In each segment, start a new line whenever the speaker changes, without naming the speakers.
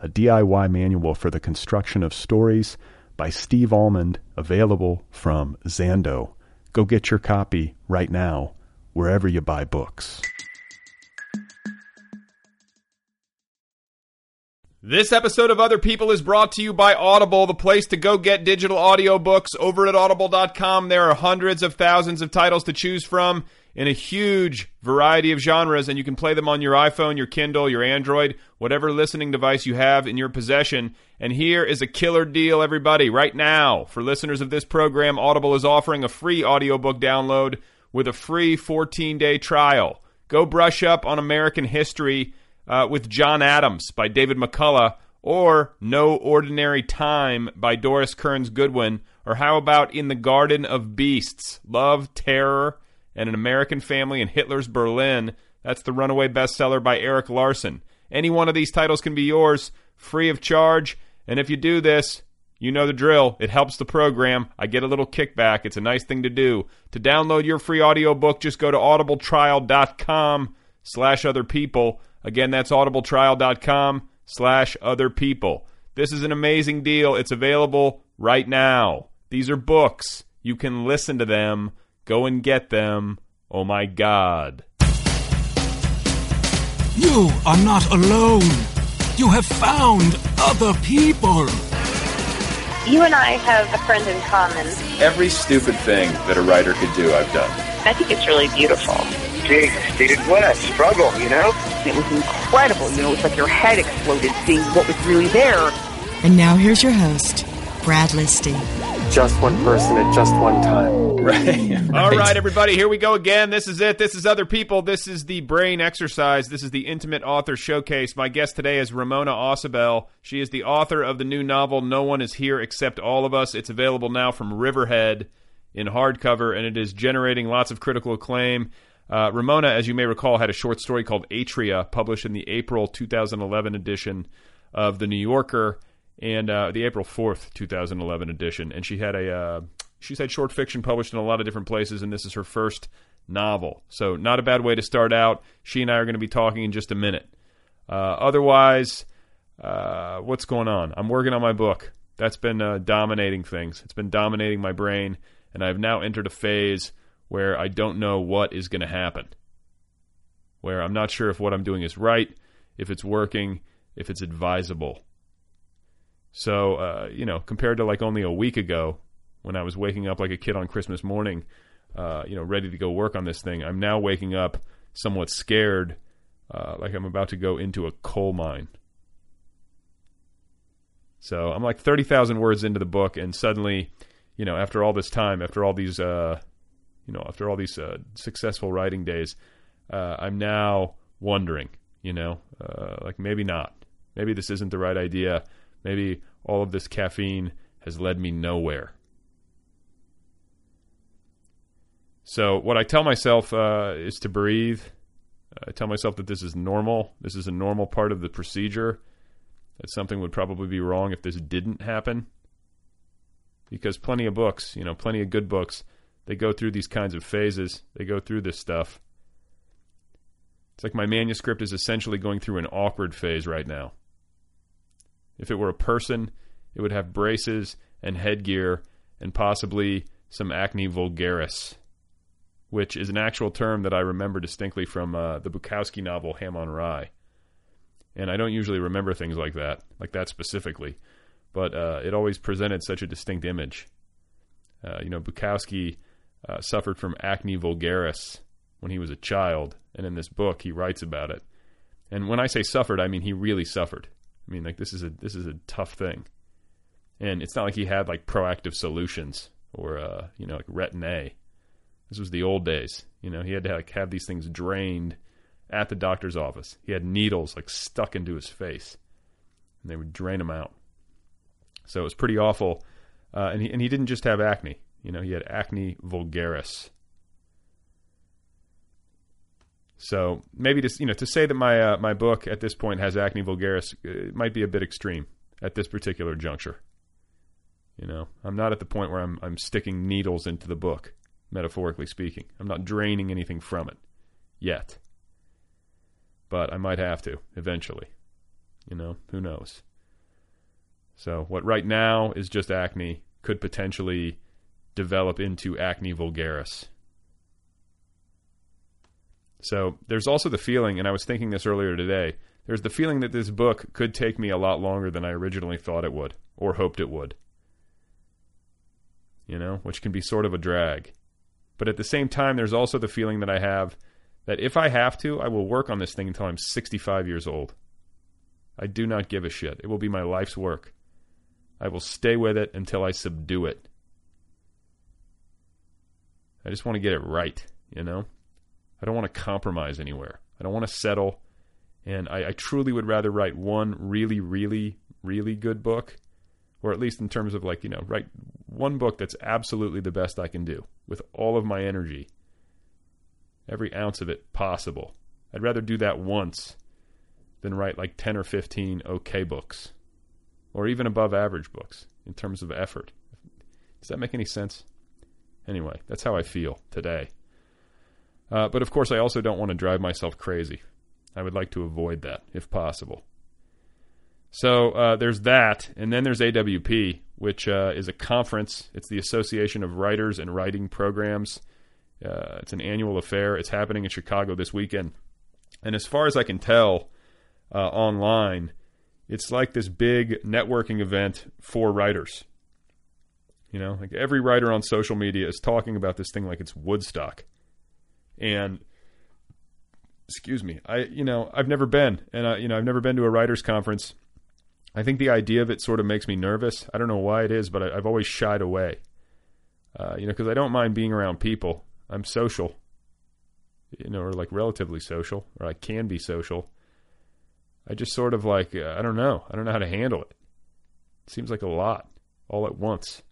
a DIY manual for the construction of stories by Steve Almond, available from Zando. Go get your copy right now, wherever you buy books.
This episode of Other People is brought to you by Audible, the place to go get digital audiobooks. Over at audible.com, there are hundreds of thousands of titles to choose from in a huge variety of genres, and you can play them on your iPhone, your Kindle, your Android, whatever listening device you have in your possession. And here is a killer deal, everybody. Right now, for listeners of this program, Audible is offering a free audiobook download with a free 14 day trial. Go brush up on American history uh, with John Adams by David McCullough, or No Ordinary Time by Doris Kearns Goodwin, or how about In the Garden of Beasts, Love, Terror, and an American Family in Hitler's Berlin. That's the runaway bestseller by Eric Larson. Any one of these titles can be yours free of charge, and if you do this, you know the drill. It helps the program. I get a little kickback. It's a nice thing to do. To download your free audiobook, just go to audibletrial.com slash other people. Again, that's audibletrial.com slash other people. This is an amazing deal. It's available right now. These are books. You can listen to them. Go and get them. Oh my God.
You are not alone. You have found other people.
You and I have a friend in common.
Every stupid thing that a writer could do, I've done.
I think it's really beautiful.
Jesus, dude, what a struggle, you know?
It was incredible. You know, it was like your head exploded seeing what was really there.
And now here's your host, Brad Listy.
just one person at just one time.
Right.
All right, everybody, here we go again. This is it. This is Other People. This is the Brain Exercise. This is the Intimate Author Showcase. My guest today is Ramona Ossibel. She is the author of the new novel, No One Is Here Except All of Us. It's available now from Riverhead in hardcover, and it is generating lots of critical acclaim. Uh, Ramona, as you may recall, had a short story called Atria, published in the April 2011 edition of The New Yorker and uh, the April 4th, 2011 edition. And she had a uh, she's had short fiction published in a lot of different places, and this is her first novel. So not a bad way to start out. She and I are going to be talking in just a minute. Uh, otherwise, uh, what's going on? I'm working on my book. That's been uh, dominating things. It's been dominating my brain, and I've now entered a phase where I don't know what is going to happen. Where I'm not sure if what I'm doing is right, if it's working, if it's advisable. So, uh, you know, compared to like only a week ago when I was waking up like a kid on Christmas morning, uh, you know, ready to go work on this thing, I'm now waking up somewhat scared, uh, like I'm about to go into a coal mine. So I'm like 30,000 words into the book, and suddenly, you know, after all this time, after all these, uh, you know, after all these uh, successful writing days, uh, I'm now wondering, you know, uh, like maybe not. Maybe this isn't the right idea. Maybe all of this caffeine has led me nowhere. So, what I tell myself uh, is to breathe. I tell myself that this is normal. This is a normal part of the procedure. That something would probably be wrong if this didn't happen. Because plenty of books, you know, plenty of good books, they go through these kinds of phases. They go through this stuff. It's like my manuscript is essentially going through an awkward phase right now. If it were a person, it would have braces and headgear and possibly some acne vulgaris, which is an actual term that I remember distinctly from uh, the Bukowski novel Ham on Rye. And I don't usually remember things like that, like that specifically. but uh, it always presented such a distinct image. Uh, you know, Bukowski uh, suffered from acne vulgaris when he was a child, and in this book he writes about it. And when I say suffered, I mean he really suffered. I mean, like this is a this is a tough thing, and it's not like he had like proactive solutions or uh, you know like Retin A. This was the old days. You know, he had to like have these things drained at the doctor's office. He had needles like stuck into his face, and they would drain him out. So it was pretty awful. Uh, and he and he didn't just have acne. You know, he had acne vulgaris. So maybe to you know to say that my uh, my book at this point has acne vulgaris uh, it might be a bit extreme at this particular juncture. You know, I'm not at the point where I'm I'm sticking needles into the book, metaphorically speaking. I'm not draining anything from it yet. But I might have to eventually. You know, who knows. So what right now is just acne could potentially develop into acne vulgaris. So there's also the feeling, and I was thinking this earlier today, there's the feeling that this book could take me a lot longer than I originally thought it would or hoped it would. You know, which can be sort of a drag. But at the same time, there's also the feeling that I have that if I have to, I will work on this thing until I'm 65 years old. I do not give a shit. It will be my life's work. I will stay with it until I subdue it. I just want to get it right, you know? I don't want to compromise anywhere. I don't want to settle. And I, I, truly would rather write one really, really, really good book, or at least in terms of like, you know, write one book that's absolutely the best I can do with all of my energy, every ounce of it possible. I'd rather do that once than write like 10 or 15 okay books, or even above average books in terms of effort. Does that make any sense? Anyway, that's how I feel today. Uh, but of course, I also don't want to drive myself crazy. I would like to avoid that if possible. So uh, there's that, and then there's AWP, which uh, is a conference. It's the Association of Writers and Writing Programs. Uh, it's an annual affair. It's happening in Chicago this weekend. And as far as I can tell uh, online, it's like this big networking event for writers. You know, like every writer on social media is talking about this thing like it's Woodstock and excuse me i you know i've never been and i you know i've never been to a writers conference i think the idea of it sort of makes me nervous i don't know why it is but I, have always shied away uh, you know because i don't mind being around people i'm social you know or like relatively social or i can be social i just sort of like uh, i don't know i don't know how to handle it, it seems like a lot all at once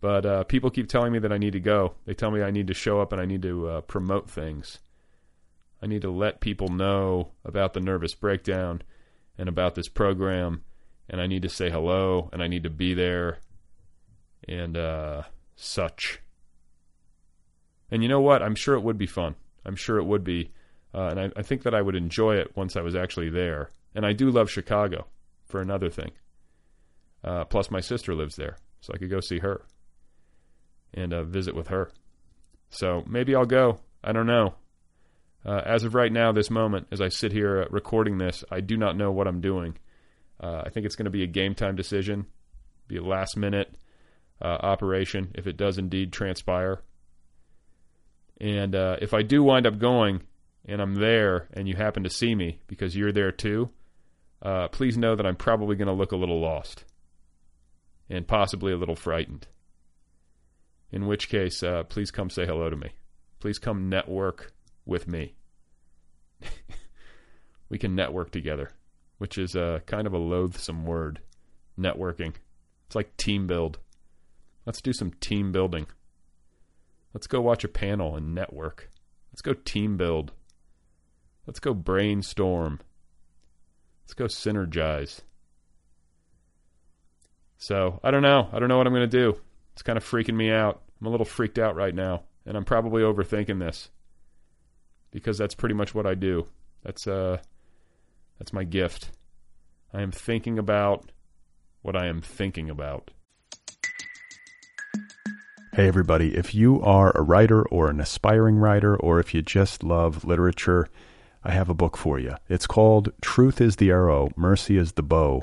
but uh, people keep telling me that I need to go. They tell me I need to show up and I need to uh, promote things. I need to let people know about the nervous breakdown and about this program, and I need to say hello and I need to be there and uh, such. And you know what? I'm sure it would be fun. I'm sure it would be. uh, and I, I think that I would enjoy it once I was actually there. And I do love Chicago, for another thing. Uh, plus, my sister lives there, so I could go see her and uh, visit with her. So maybe I'll go. I don't know. Uh, as of right now, this moment, as I sit here uh, recording this, I do not know what I'm doing. Uh, I think it's going to be a game time decision, be a last minute uh, operation if it does indeed transpire. And uh, if I do wind up going and I'm there and you happen to see me because you're there too, uh, please know that I'm probably going to look a little lost and possibly a little frightened in which case, uh, please come say hello to me. Please come network with me. we can network together, which is uh, kind of a loathsome word. Networking. It's like team build. Let's do some team building. Let's go watch a panel and network. Let's go team build. Let's go brainstorm. Let's go synergize. So, I don't know. I don't know what I'm going to do. It's kind of freaking me out. I'm a little freaked out right now, and I'm probably overthinking this because that's pretty much what I do. That's uh that's my gift. I am thinking about what I am thinking about.
Hey everybody, if you are a writer or an aspiring writer or if you just love literature, I have a book for you. It's called Truth is the Arrow, Mercy is the Bow,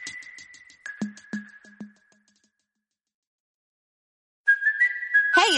Hey,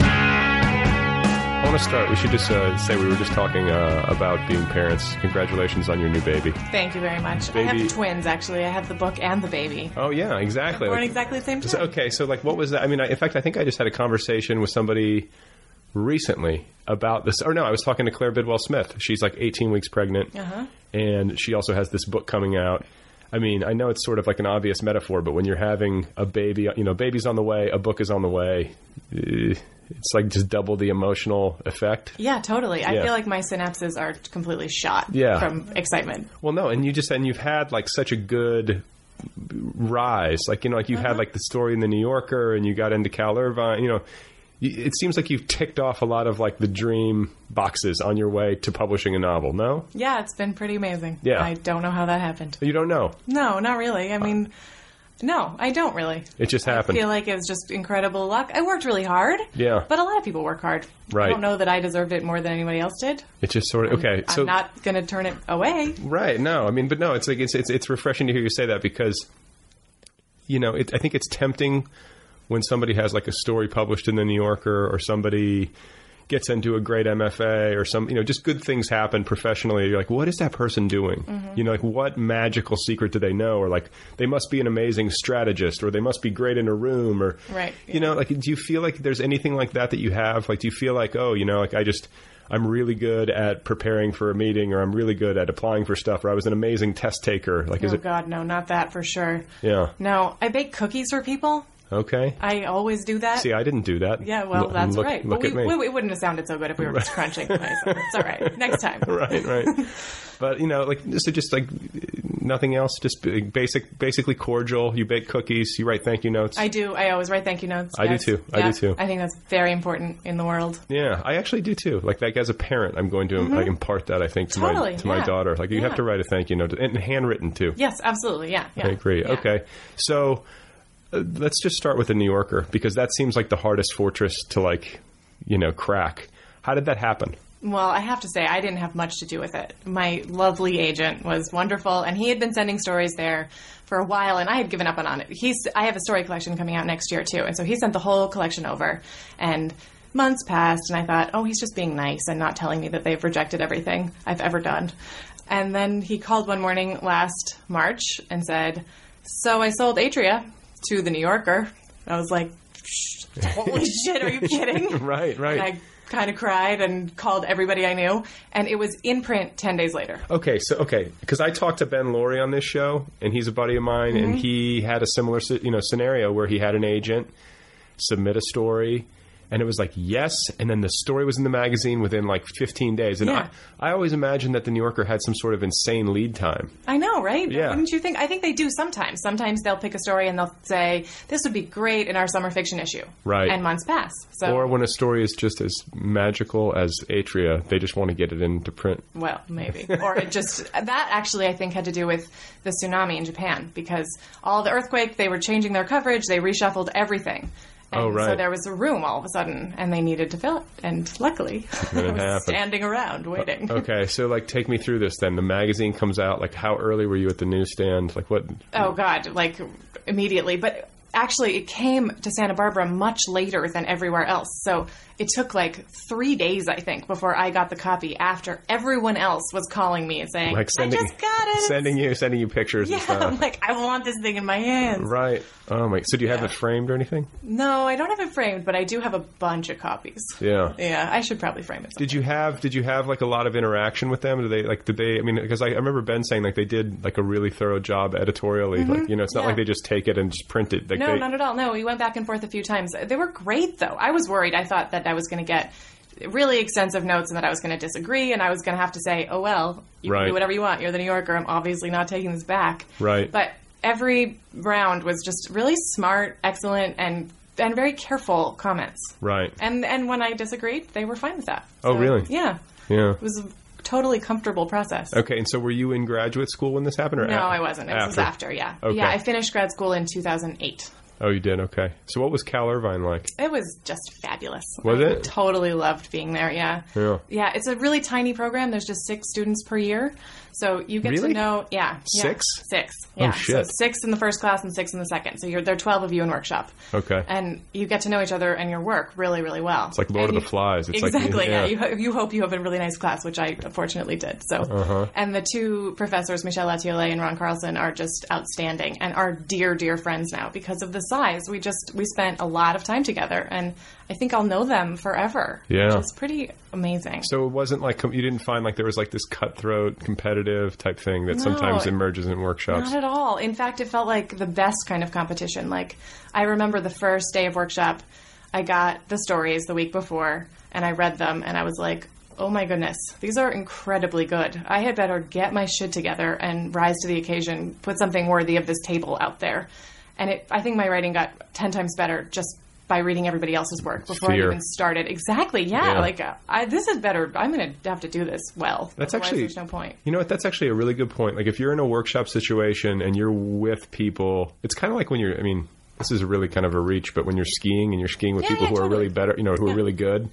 I want to start. We should just uh, say we were just talking uh, about being parents. Congratulations on your new baby.
Thank you very much. I
Baby-
have twins, actually. I have the book and the baby.
Oh yeah, exactly.
Born
Like-
exactly the same
So,
time.
okay, so like, what was that? I mean, I, in fact, I think I just had a conversation with somebody recently about this. Or no, I was talking to Claire Bidwell Smith. She's like 18 weeks pregnant,
Uh-huh.
and she also has this book coming out. I mean, I know it's sort of like an obvious metaphor, but when you're having a baby, you know, baby's on the way, a book is on the way. eh, It's like just double the emotional effect.
Yeah, totally. I
Yeah.
feel like my synapses are completely shot
Yeah.
from excitement.
Well, no, and you just and you've had like such a good rise, like you know, like you
Uh-huh.
had like the story in the New Yorker, and you got into Cal Irvine. You know, you, it seems like you've ticked off a lot of like the dream boxes on your way to publishing a novel. No,
Yeah, it's been pretty amazing.
Yeah.
I don't know how that happened.
you don't know.
No, not really. I mean, no, I don't really.
It just
I
happened.
feel like it was just incredible luck. I worked really hard.
Yeah.
But a lot of people work hard.
Right.
I don't know that I deserved it more than anybody else did.
it just sort of okay. so
I'm not going to turn it away.
Right. No, I mean, but no, it's like it's it's, it's refreshing to hear you say that because, you know, it, I think it's tempting when somebody has like a story published in the New Yorker or somebody gets into a great MFA or some, you know, just good things happen professionally. You're like, what is that person doing? You know, like what magical secret do they know? Or like they must be an amazing strategist or they must be great in a room or,
Right,
you know, like do you feel like there's anything like that that you have? Like, do you feel like, oh, you know, like I just, I'm really good at preparing for a meeting or I'm really good at applying for stuff or I was an amazing test taker. Like, is
oh,
it,
God, no, not that for sure.
yeah.
No, I bake cookies for people.
Okay.
I always do that.
See, I didn't do that.
yeah, well,
Look-
that's
look-
right.
Look
but
at
we,
me.
we- it wouldn't have sounded so good if we were just crunching. the mice. it's all right. Next time.
right, right. But you know, like so, just like nothing else, just b- basic, basically cordial. You bake cookies, you write thank you notes.
I do. I always write thank you notes.
I do
yes.
too. I do
Yeah.
too.
I think that's very important in the world. Mm-hmm.
yeah, I actually do too. Like, like as a parent, I'm going to like impart that. I think to my
Totally,
to my
yeah.
daughter. Like, you have
Yeah.
to write a thank you note and handwritten too.
Yes, absolutely. Yeah. yeah.
I agree.
Yeah.
Okay, so uh, let's just start with the New Yorker because that seems like the hardest fortress to like, you know, crack. How did that happen?
Well, I have to say, I didn't have much to do with it. My lovely agent was wonderful, and he had been sending stories there for a while, and I had given up on it. He's, I have a story collection coming out next year, too, and so he sent the whole collection over, and months passed, and I thought, oh, he's just being nice and not telling me that they've rejected everything I've ever done. And then he called one morning last March and said, so I sold Atria to the New Yorker. I was like, holy shit, are you kidding?
Right, right.
And I kind of cried and called everybody I knew, and it was in print ten days later.
Okay, so okay, because I talked to Ben Laurie on this show, and he's a buddy of mine, and he had a similar si- you know scenario where he had an agent submit a story, and it was like yes, and then the story was in the magazine within like 15 days, and
Yeah.
I, I always imagined that the New Yorker had some sort of insane lead time.
I know, right?
Yeah.
Wouldn't you think? I think they do sometimes. Sometimes they'll pick a story and they'll say, "This would be great in our summer fiction issue,"
Right.
And months pass. So,
Or when a story is just as magical as Atria, they just want to get it into print.
well, maybe. or it just that actually, I think, had to do with the tsunami in Japan because all the earthquake, they were changing their coverage, they reshuffled everything. And
Oh, right.
So there was a room all of a sudden, and they needed to fill it. And luckily,
Then it
I was
happened.
standing around waiting.
Okay, so like, take me through this. Then the magazine comes out. Like, how early were you at the newsstand? Like, what?
Oh God, like immediately. But actually, it came to Santa Barbara much later than everywhere else. So it took like three days, I think, before I got the copy. After everyone else was calling me and saying,
Like sending,
"I just got it."
sending you, sending you pictures
yeah,
and
I'm
stuff.
like, I want this thing in my hands.
Right. Oh my. So do you have it framed or anything?
No, I don't have it framed, but I do have a bunch of copies.
Yeah.
Yeah, I should probably frame it.
Did you have did you have like a lot of interaction with them? Did they like did they? I mean, because I, I remember Ben saying like they did like a really thorough job editorially. Like you know, it's not
Mm-hmm. Yeah.
like they just take it and just print it. Like
no,
they,
not at all. No, we went back and forth a few times. They were great, though. I was worried. I thought that I was going to get really extensive notes and that I was going to disagree and I was going to have to say, oh, well, you
Right.
can do whatever you want. You're the New Yorker. I'm obviously not taking this back.
Right.
But every round was just really smart, excellent, and and very careful comments.
Right.
And and when I disagreed, they were fine with that.
Oh, really?
Yeah.
Yeah.
It was a totally comfortable process.
Okay, and so were you in graduate school when this happened? Or
No,
a-
I wasn't. It was after, yeah.
Okay.
Yeah, I finished grad school in 2008.
Oh, you did. Okay. So what was Cal Irvine like?
It was just fabulous.
Was
I
it?
Totally loved being there. Yeah.
Yeah.
Yeah, it's a really tiny program. There's just six students per year, so you get
Really?
to know. Yeah, yeah.
Six?
Six.
Oh,
Yeah.
shit.
So six in the first class and six in the second. So you're there are twelve of you in workshop.
Okay.
And you get to know each other and your work really, really well.
It's like Lord
And
of the Flies. It's like-
exactly.
yeah.
yeah. You, ho- you hope you have a really nice class, which I fortunately did. So.
Uh-huh.
And the two professors, Michelle Atiole and Ron Carlson, are just outstanding and are dear, dear friends now because of the size. We just we spent a lot of time together, and I think I'll know them forever.
Yeah.
which is pretty amazing.
So it wasn't like com- you didn't find like there was like this cutthroat, competitive type thing that
No,
sometimes
it-
emerges in workshops.
Not at all. In fact, it felt like the best kind of competition. Like, I remember the first day of workshop, I got the stories the week before, and I read them, and I was like, oh my goodness, these are incredibly good. I had better get my shit together and rise to the occasion, put something worthy of this table out there. And it, I think my writing got 10 times better just by reading everybody else's work before
Fear.
I even started. Exactly, yeah.
Yeah.
Like, uh, I, this is better. I'm going to have to do this well.
That's
Otherwise,
actually-
There's no point.
You know what? That's actually a really good point. Like, if you're in a workshop situation and you're with people, it's kind of like when you're, I mean, this is really kind of a reach, but when you're skiing and you're skiing with
Yeah,
people
yeah,
who are
totally.
really better, you know, who are really good,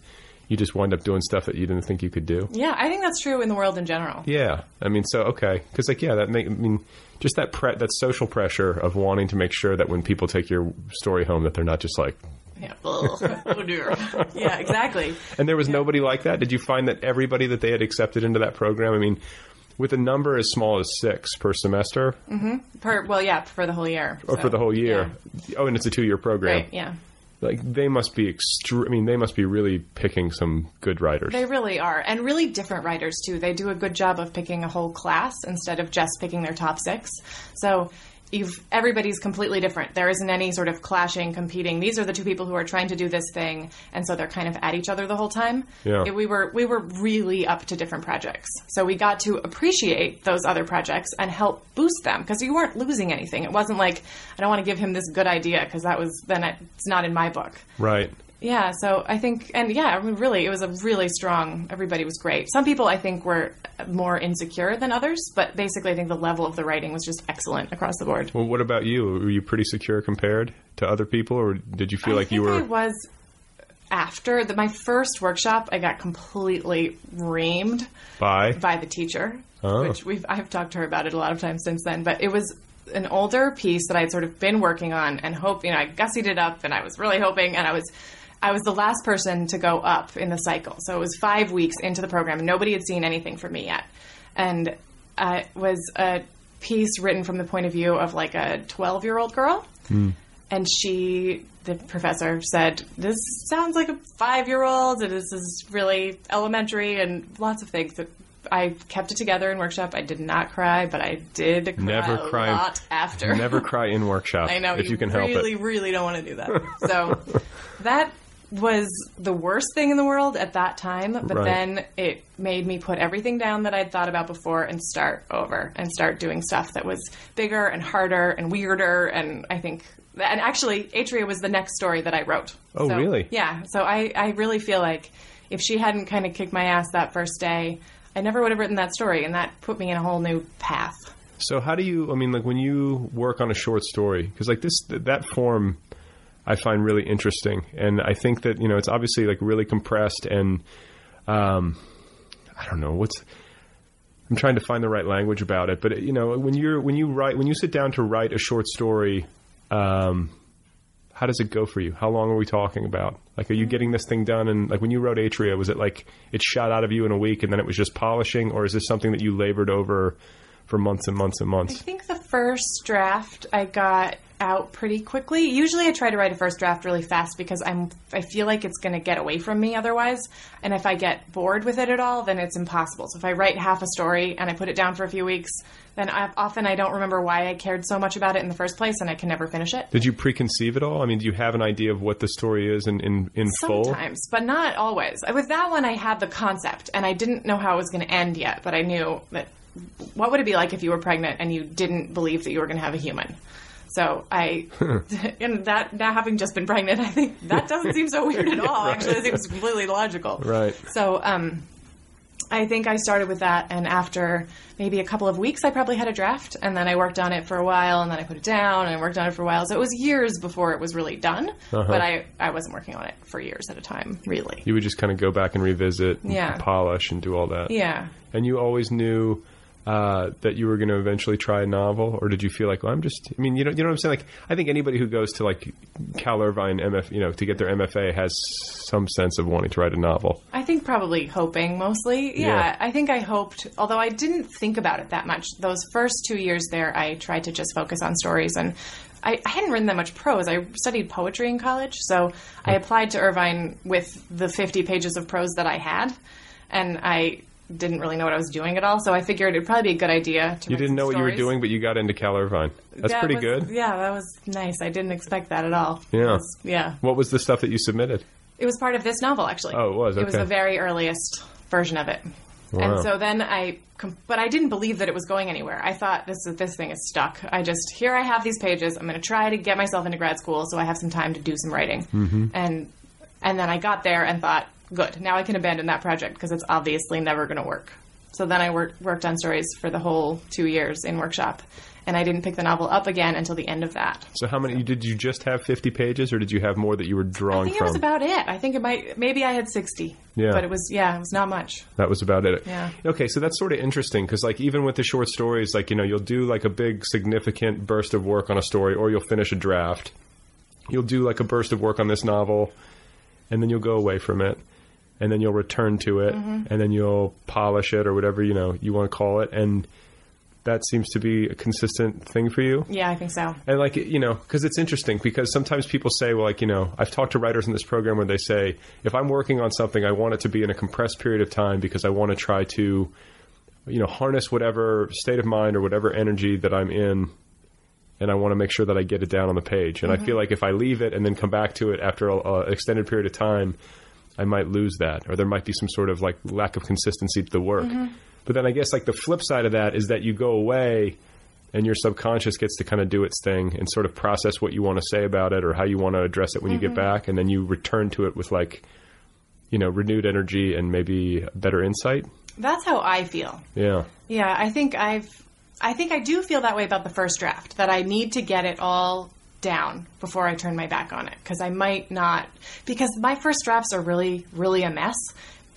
you just wind up doing stuff that you didn't think you could do.
Yeah, I think that's true in the world in general.
Yeah. I mean, so, okay. Because, like, yeah, that make, I mean, just that pre- that social pressure of wanting to make sure that when people take your story home, that they're not just like,
Yeah, ugh, oh dear. yeah, exactly.
And there was nobody like that. Did you find that everybody that they had accepted into that program? I mean, with a number as small as six per semester
hmm Per, well, yeah, for the whole year.
or for
so,
the whole year. Oh, and it's a two-year program.
Right, yeah.
Like they must be extre- I mean, they must be really picking some good writers.
They really are, and really different writers too. They do a good job of picking a whole class instead of just picking their top six. So you've everybody's completely different. There isn't any sort of clashing, competing. These are the two people who are trying to do this thing, and so they're kind of at each other the whole time.
Yeah.
It- we were we were really up to different projects, so we got to appreciate those other projects and help boost them because you weren't losing anything. It wasn't like I don't want to give him this good idea because that was then it's not in my book.
right.
Yeah, so I think, and yeah, I mean, really, it was a really strong. Everybody was great. Some people I think were more insecure than others, but basically, I think the level of the writing was just excellent across the board.
Well, what about you? Were you pretty secure compared to other people, or did you feel
I
like you
think I
were?
was after the, my first workshop, I got completely reamed
By?
by the teacher,
Oh.
which we've I've talked to her about it a lot of times since then. But it was an older piece that I'd sort of been working on and hope you know I gussied it up and I was really hoping and I was. I was the last person to go up in the cycle. So it was five weeks into the program. and Nobody had seen anything from me yet. And uh, it was a piece written from the point of view of like a 12 year old girl. And she, the professor, said, This sounds like a five year old, and this is really elementary, and lots of things that. I kept it together in workshop. I did not cry, but I did cry
Never
a
cry.
lot after.
Never cry in workshop.
I know
if you, can
really,
help it.
really don't want to do that. So that was the worst thing in the world at that time. But
Right.
then it made me put everything down that I'd thought about before and start over and start doing stuff that was bigger and harder and weirder. And I think, and actually, Atria was the next story that I wrote.
Oh,
So-
really?
Yeah. So I, I really feel like if she hadn't kind of kicked my ass that first day, I never would have written that story, and that put me in a whole new path.
So how do you? I mean, like when you work on a short story, because like this, th- that form. I find really interesting. And I think that, you know, it's obviously like really compressed and, um, I don't know what's, I'm trying to find the right language about it, but you know, when you're, when you write, when you sit down to write a short story, um, how does it go for you? How long are we talking about? Like, are you getting this thing done? And like when you wrote Atria, was it like it shot out of you in a week and then it was just polishing, or is this something that you labored over for months and months and months?
I think the first draft I got out pretty quickly. Usually I try to write a first draft really fast because I'm I feel like it's going to get away from me otherwise. And if I get bored with it at all, then it's impossible. So if I write half a story and I put it down for a few weeks, then I, often I don't remember why I cared so much about it in the first place and I can never finish it.
Did you preconceive it all? I mean, do you have an idea of what the story is in in, in full?
Sometimes, but not always. With that one I had the concept and I didn't know how it was going to end yet, but I knew that what would it be like if you were pregnant and you didn't believe that you were going to have a human? So I, and that now having just been pregnant, I think that doesn't seem so weird at all.
right.
Actually, it seems completely logical.
Right.
So, um, I think I started with that, and after maybe a couple of weeks, I probably had a draft, and then I worked on it for a while, and then I put it down, and I worked on it for a while. So it was years before it was really done,
Uh-huh.
but I, I wasn't working on it for years at a time, really.
You would just kind of go back and revisit, and
Yeah.
polish, and do all that.
Yeah.
And you always knew uh, that you were going to eventually try a novel, or did you feel like, well, I'm just? I mean, you know, you know what I'm saying? Like, I think anybody who goes to like Cal Irvine MF, you know, to get their MFA has some sense of wanting to write a novel.
I think probably hoping mostly. Yeah,
Yeah.
I think I hoped, although I didn't think about it that much. Those first two years there, I tried to just focus on stories, and I, I hadn't written that much prose. I studied poetry in college, so I
Hmm.
applied to Irvine with the 50 pages of prose that I had, and I didn't really know what I was doing at all. So I figured it'd probably be a good idea to.
You
write
didn't
some
know what you were
stories.
doing, but you got into Cal Irvine. That's
That
pretty
was-
good.
Yeah, that was nice. I didn't expect that at all.
Yeah.
Yeah.
What was the stuff that you submitted?
It was part of this novel, actually.
Oh, it was,
It was
okay.
the very earliest version of it.
Wow.
And so then I, com- but I didn't believe that it was going anywhere. I thought this is, this thing is stuck. I just here I have these pages. I'm going to try to get myself into grad school so I have some time to do some writing.
Mm-hmm.
Mhm.
And and then I got there and thought, good, now I can abandon that project because it's obviously never going to work. So then I worked worked on stories for the whole two years in workshop, and I didn't pick the novel up again until the end of that.
So how many did you just have 50 pages, or did you have more that you were
I
drawing
think
from?
it was about it. I think it might maybe I had sixty.
Yeah.
But it was yeah, it was not much.
That was about it.
Yeah.
Okay, so that's sort of interesting because, like, even with the short stories, like, you know, you'll do like a big significant burst of work on a story, or you'll finish a draft. You'll do like a burst of work on this novel, and then you'll go away from it, and then you'll return to it,
Mhm.
and then you'll polish it or whatever you know you want to call it, and that seems to be a consistent thing for you.
Yeah, I think so.
And like you know, because it's interesting because sometimes people say, well, like you know, I've talked to writers in this program where they say, if I'm working on something, I want it to be in a compressed period of time because I want to try to, you know, harness whatever state of mind or whatever energy that I'm in, and I want to make sure that I get it down on the page. And I
Mhm.
feel like if I leave it and then come back to it after an extended period of time, I might lose that, or there might be some sort of like lack of consistency to the work.
Mhm.
But then I guess like the flip side of that is that you go away and your subconscious gets to kind of do its thing and sort of process what you want to say about it or how you want to address it when you
Mhm.
get back and then you return to it with like you know renewed energy and maybe better insight.
That's how I feel.
Yeah.
Yeah, I think I've I think I do feel that way about the first draft that I need to get it all down before I turn my back on it because I might not because my first drafts are really really a mess.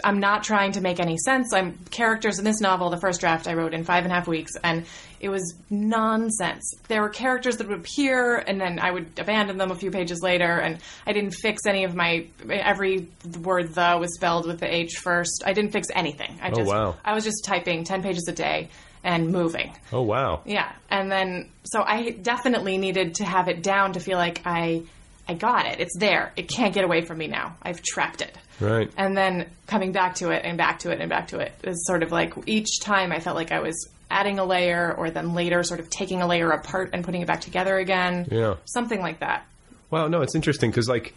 I'm not trying to make any sense. I'm characters in this novel. The first draft I wrote in five and a half weeks, and it was nonsense. There were characters that would appear, and then I would abandon them a few pages later, and I didn't fix any of my every word the was spelled with the H first. I didn't fix anything. I
Oh,
just
wow.
I was just typing 10 pages a day and moving.
Oh wow.
Yeah. And then, so I definitely needed to have it down to feel like I, I got it. It's there. It can't get away from me now. I've trapped it.
Right.
And then coming back to it and back to it and back to it is sort of like each time I felt like I was adding a layer or then later sort of taking a layer apart and putting it back together again.
Yeah.
Something like that.
Well, no, it's interesting because like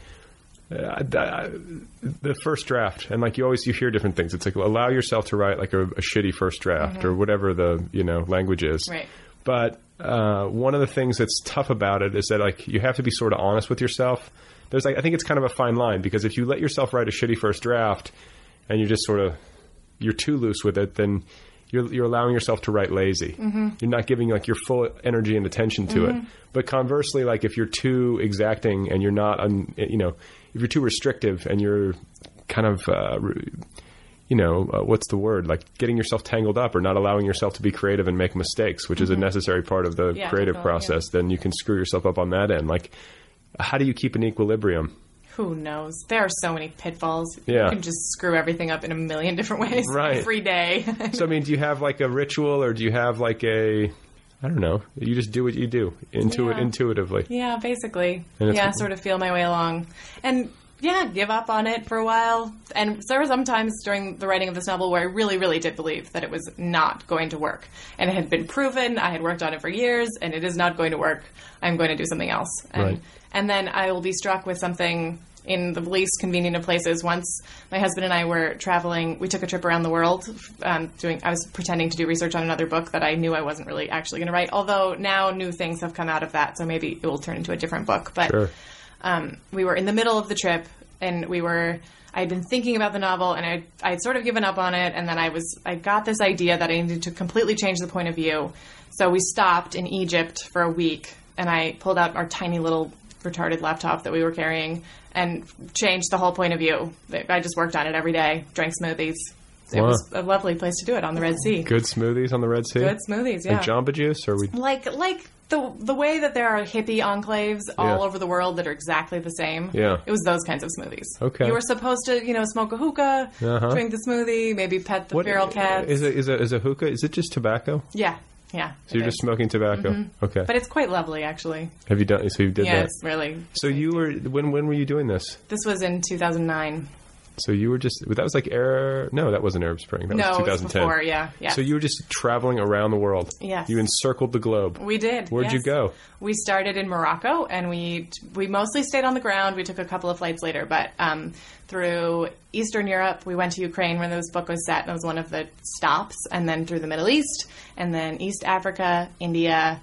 uh, I- I- the first draft, and like you always you hear different things. It's like allow yourself to write like a, a shitty first draft
Mhm.
or whatever the you know language is.
Right.
But uh, one of the things that's tough about it is that like you have to be sort of honest with yourself. There's like I think it's kind of a fine line because if you let yourself write a shitty first draft and you're just sort of you're too loose with it, then you're you're allowing yourself to write lazy.
Mhm.
You're not giving like your full energy and attention to it.
Mhm.
But conversely, like if you're too exacting and you're not, un, you know, if you're too restrictive and you're kind of, uh, re- you know, uh, what's the word? Like getting yourself tangled up or not allowing yourself to be creative and make mistakes, which is a necessary part of the
Mm-hmm. Yeah,
creative
definitely,
process. Then you can screw yourself up on that end. Like, how do you keep an equilibrium?
Who knows? There are so many pitfalls.
Yeah.
You can just screw everything up in a million different ways
Right.
every day.
so I mean, do you have like a ritual or do you have like a I don't know. You just do what you do intu-
Yeah.
intuitively.
yeah, basically.
And it's-
Mm-hmm.
Yeah, sort of feel my way along. And yeah, give up on it for a while. And there were some times during the writing of this novel where I really, really did believe that it was not going to work. And it had been proven. I had worked on it for years, and it is not going to work. I'm going to do something else. And
Right.
and then I will be struck with something in the least convenient of places. Once my husband and I were traveling, we took a trip around the world. Um, doing, I was pretending to do research on another book that I knew I wasn't really actually going to write. Although now new things have come out of that, so maybe it will turn into a different book. But
Sure.
um, we were in the middle of the trip, and we were. I had been thinking about the novel, and I I had sort of given up on it, and then I was I got this idea that I needed to completely change the point of view. So we stopped in Egypt for a week, and I pulled out our tiny little retarded laptop that we were carrying and changed the whole point of view. I just worked on it every day, drank smoothies. It
Wow.
was a lovely place to do it on the Red Sea.
Good smoothies on the Red Sea.
Good smoothies, yeah.
Like Jamba Juice, or we
Like like the the way that there are hippie enclaves all
Yeah.
over the world that are exactly the same.
Yeah.
It was those kinds of smoothies.
Okay.
You were supposed to, you know, smoke a hookah,
Uh-huh. uh,
drink the smoothie, maybe pet the feral cat.
is a, is a is a hookah? Is it just tobacco?
yeah. Yeah.
So you're just smoking tobacco.
Mhm.
Okay.
But it's quite lovely actually.
Have you done? So you did
yeah,
that.
it's really
So you were when when were you doing this?
this was in two thousand nine.
So you were just that was like Arab. No, that wasn't Arab Spring. That
No,
was
it was
2010.
before, yeah, yeah.
So you were just traveling around the world.
Yes.
You encircled the globe.
We did.
Where'd you
yes.
go?
We started in Morocco, and we we mostly stayed on the ground. We took a couple of flights later, but um, through Eastern Europe, we went to Ukraine when this book was set. That was one of the stops, and then through the Middle East, and then East Africa, India,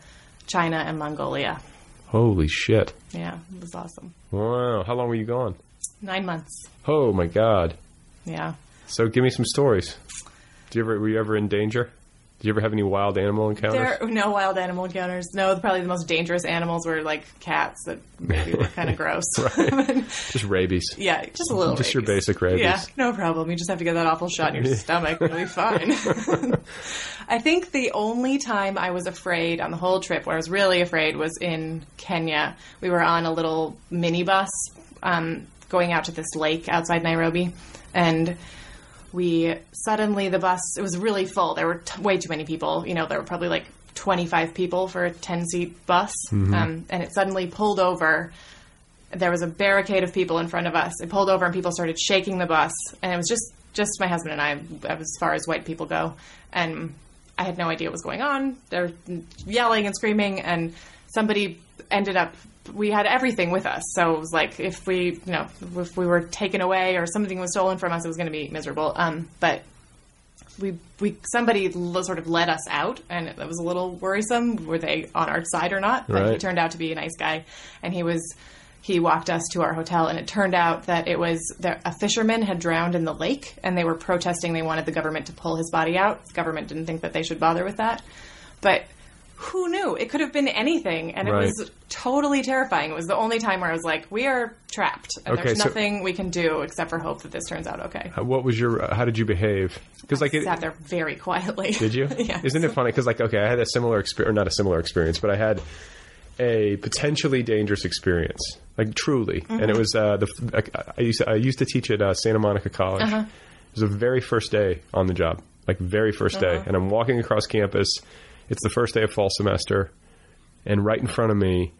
China, and Mongolia.
Holy shit!
Yeah, it was awesome.
Wow. How long were you gone?
Nine months.
Oh my god.
Yeah.
So give me some stories. Did you ever were you ever in danger? Did you ever have any wild animal encounters?
There are no wild animal encounters. No, probably the most dangerous animals were like cats that maybe were kind of gross.
Right. just rabies.
Yeah, just a little.
Just your basic rabies.
Yeah, no problem. You just have to get that awful shot in your stomach. You'll be fine. I think the only time I was afraid on the whole trip, where I was really afraid, was in Kenya. We were on a little minibus um, going out to this lake outside Nairobi, and we suddenly the bus it was really full. There were t- way too many people. You know, there were probably like 25 people for a 10 seat bus,
Mm-hmm.
Mhm.
um, and it suddenly pulled over there was a barricade of people in front of us. It pulled over and people started shaking the bus, and it was just just my husband and I, as far as white people go, and I had no idea what was going on. They're yelling and screaming, and somebody ended up. We had everything with us, so it was like if we, you know, if we were taken away or something was stolen from us, it was going to be miserable. Um, but we we somebody l- sort of let us out, and that was a little worrisome. Were they on our side or not? But he
Right.
turned out to be a nice guy, and he was he walked us to our hotel, and it turned out that it was that a fisherman had drowned in the lake, and they were protesting. They wanted the government to pull his body out. The government didn't think that they should bother with that, but. Who knew? It could have been anything, and
Right.
it was totally terrifying. It was the only time where I was like, "We are trapped, and
Okay,
there's
so-
nothing we can do except for hope that this turns out okay."
How- What was your? How did you behave? Because like it,
sat there very quietly.
Did you?
yeah.
Isn't it funny? Because like, okay, I had a similar experience, or not a similar experience, but I had a potentially dangerous experience, like truly. And it
Mhm.
was uh, the f- like, I- I used to, I used to teach at uh, Santa Monica College.
Uh-huh.
It was the very first day on the job, like very 1st day,
Uh-huh.
and I'm walking across campus. It's the first day of fall semester, and right in front of me,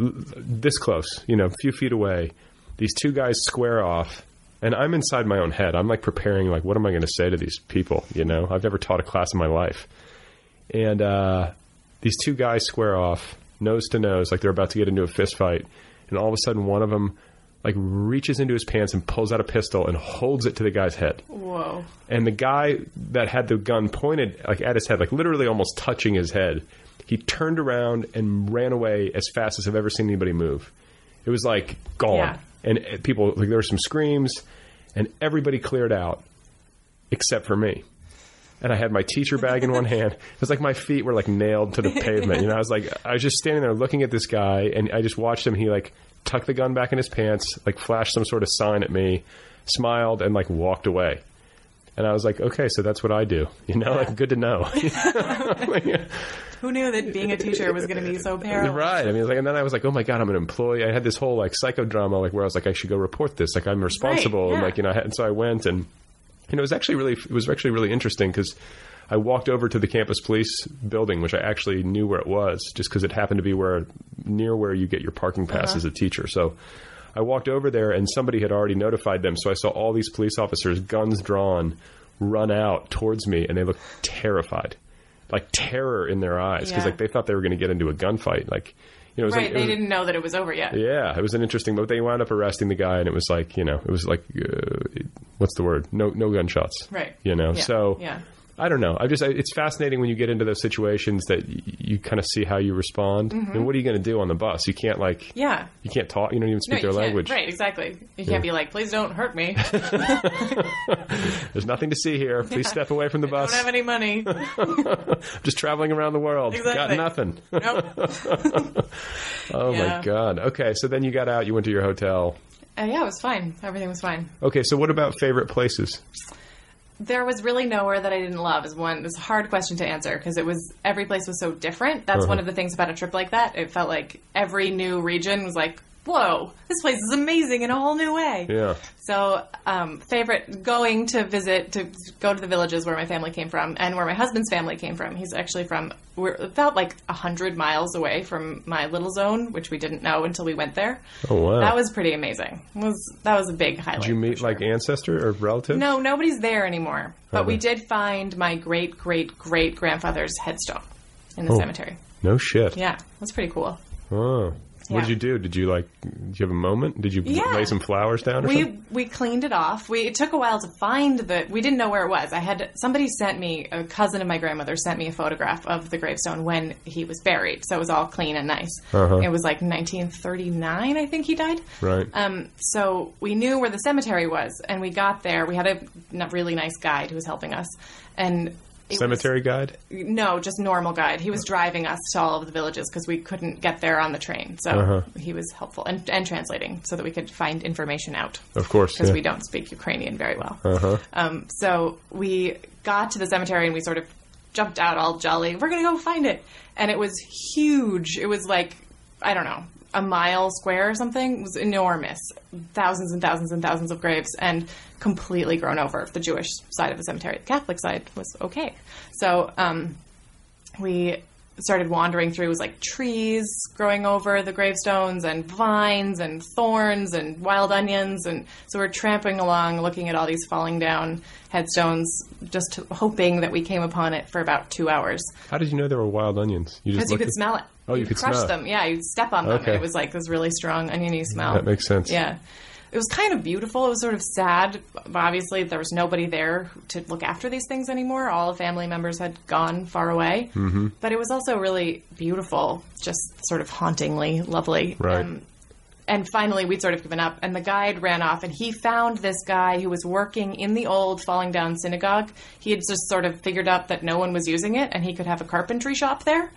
l- this close, you know, a few feet away, these two guys square off. And I'm inside my own head. I'm like preparing, like, what am I going to say to these people? You know, I've never taught a class in my life. And uh, these two guys square off, nose to nose, like they're about to get into a fist fight. And all of a sudden, one of them like reaches into his pants and pulls out a pistol and holds it to the guy's head
Whoa.
and the guy that had the gun pointed like at his head, like literally almost touching his head, he turned around and ran away as fast as I've ever seen anybody move. It was like gone,
Yeah.
and uh, people like there were some screams, and everybody cleared out except for me. and I had my teacher bag in one hand. It was like my feet were like nailed to the pavement. You know, I was like, I was just standing there looking at this guy, and I just watched him. He like tucked the gun back in his pants, like flashed some sort of sign at me, smiled, and like walked away. And I was like, okay, so that's what I do. You know, like good to know.
Who knew that being a teacher was going to be so perilous?
Right. I mean, like, and then I was like, oh my god, I'm an employee. I had this whole like psychodrama, like where I was like, I should go report this. Like I'm responsible,
Right,
and
yeah.
like you know, I had- and so I went, and you know, it was actually really, it was actually really interesting because I walked over to the campus police building, which I actually knew where it was, just because it happened to be where near where you get your parking pass
Uh-huh.
as a teacher. So. I walked over there and somebody had already notified them, so I saw all these police officers, guns drawn, run out towards me, and they looked terrified, like terror in their eyes, because
Yeah.
like they thought they were going to get into a gunfight. Like, you know, it was
right.
like, it
they
was-
didn't know that it was over yet.
yeah, it was an interesting. But they wound up arresting the guy, and it was like you know, it was like uh, what's the word? No, no gunshots.
Right.
You know,
Yeah.
so
Yeah.
I don't know. I just I, it's fascinating when you get into those situations that y- you kind of see how you respond.
Mhm.
And what are you going to do on the bus? You can't like
Yeah.
you can't talk. You don't even speak their
no, you can't-
language.
Right, exactly. You can't
Yeah.
be like, please don't hurt me.
There's nothing to see here. Please
Yeah.
step away from the
I
bus.
don't have any money.
just traveling around the world. Got
Exactly.
nothing.
Nope.
oh
Yeah.
my god. Okay, so then you got out. You went to your hotel.
Uh, yeah, it was fine. Everything was fine.
Okay, so what about favorite places?
There was really nowhere that I didn't love. Is one this hard question to answer because it was every place was so different. That's
Uh-huh.
one of the things about a trip like that. It felt like every new region was like, whoa, this place is amazing in a whole new way.
Yeah.
So, um, favorite going to visit to go to the villages where my family came from and where my husband's family came from. He's actually from we're about like a hundred miles away from my little zone, which we didn't know until we went there.
Oh wow.
That was pretty amazing. Was that was a big highlight.
Did you meet like ancestor or relative?
No, nobody's there anymore. But we
Okay.
did find my great great great grandfather's headstone in the
Oh.
cemetery.
No shit.
Yeah, that's pretty cool.
Oh.
Yeah.
What did you do? Did you like? Did you have a moment? Did you
Yeah.
lay some flowers down or
We
something?
we cleaned it off. We it took a while to find the. We didn't know where it was. I had somebody sent me a cousin of my grandmother sent me a photograph of the gravestone when he was buried, so it was all clean and nice.
Uh-huh.
It was like 1939, I think he died.
Right.
Um, so we knew where the cemetery was, and we got there. We had a n- really nice guide who was helping us, and it was-
Cemetery guide.
no, just normal guide. He was driving us to all of the villages because we couldn't get there on the train. So
Uh-huh.
he was helpful and, and translating so that we could find information out.
Of course,
Because
yeah.
we don't speak Ukrainian very well.
Uh huh.
Um, so we got to the cemetery and we sort of jumped out all jolly. We're going to go find it. And it was huge. It was like, I don't know, a mile square or something. It was enormous. Thousands and thousands and thousands of graves and completely grown over. The Jewish side of the cemetery, the Catholic side was okay. So um, we started wandering through. It was like trees growing over the gravestones and vines and thorns and wild onions. And so we're tramping along, looking at all these falling down headstones, just hoping that we came upon it for about two hours.
How did you know there were wild onions? You
Because you
looked
could
at-
smell it.
Oh, you
You'd
could
crush
smell it.
them. Yeah, you'd step on them,
Okay.
and it was like this really strong oniony smell.
That makes sense.
Yeah, it was kind of beautiful. It was sort of sad. Obviously, there was nobody there to look after these things anymore. All the family members had gone far away.
Mhm.
But it was also really beautiful, just sort of hauntingly lovely. Um,
Right.
and finally, we'd sort of given up, and the guide ran off, and he found this guy who was working in the old falling down synagogue. He had just sort of figured out that no one was using it, and he could have a carpentry shop there.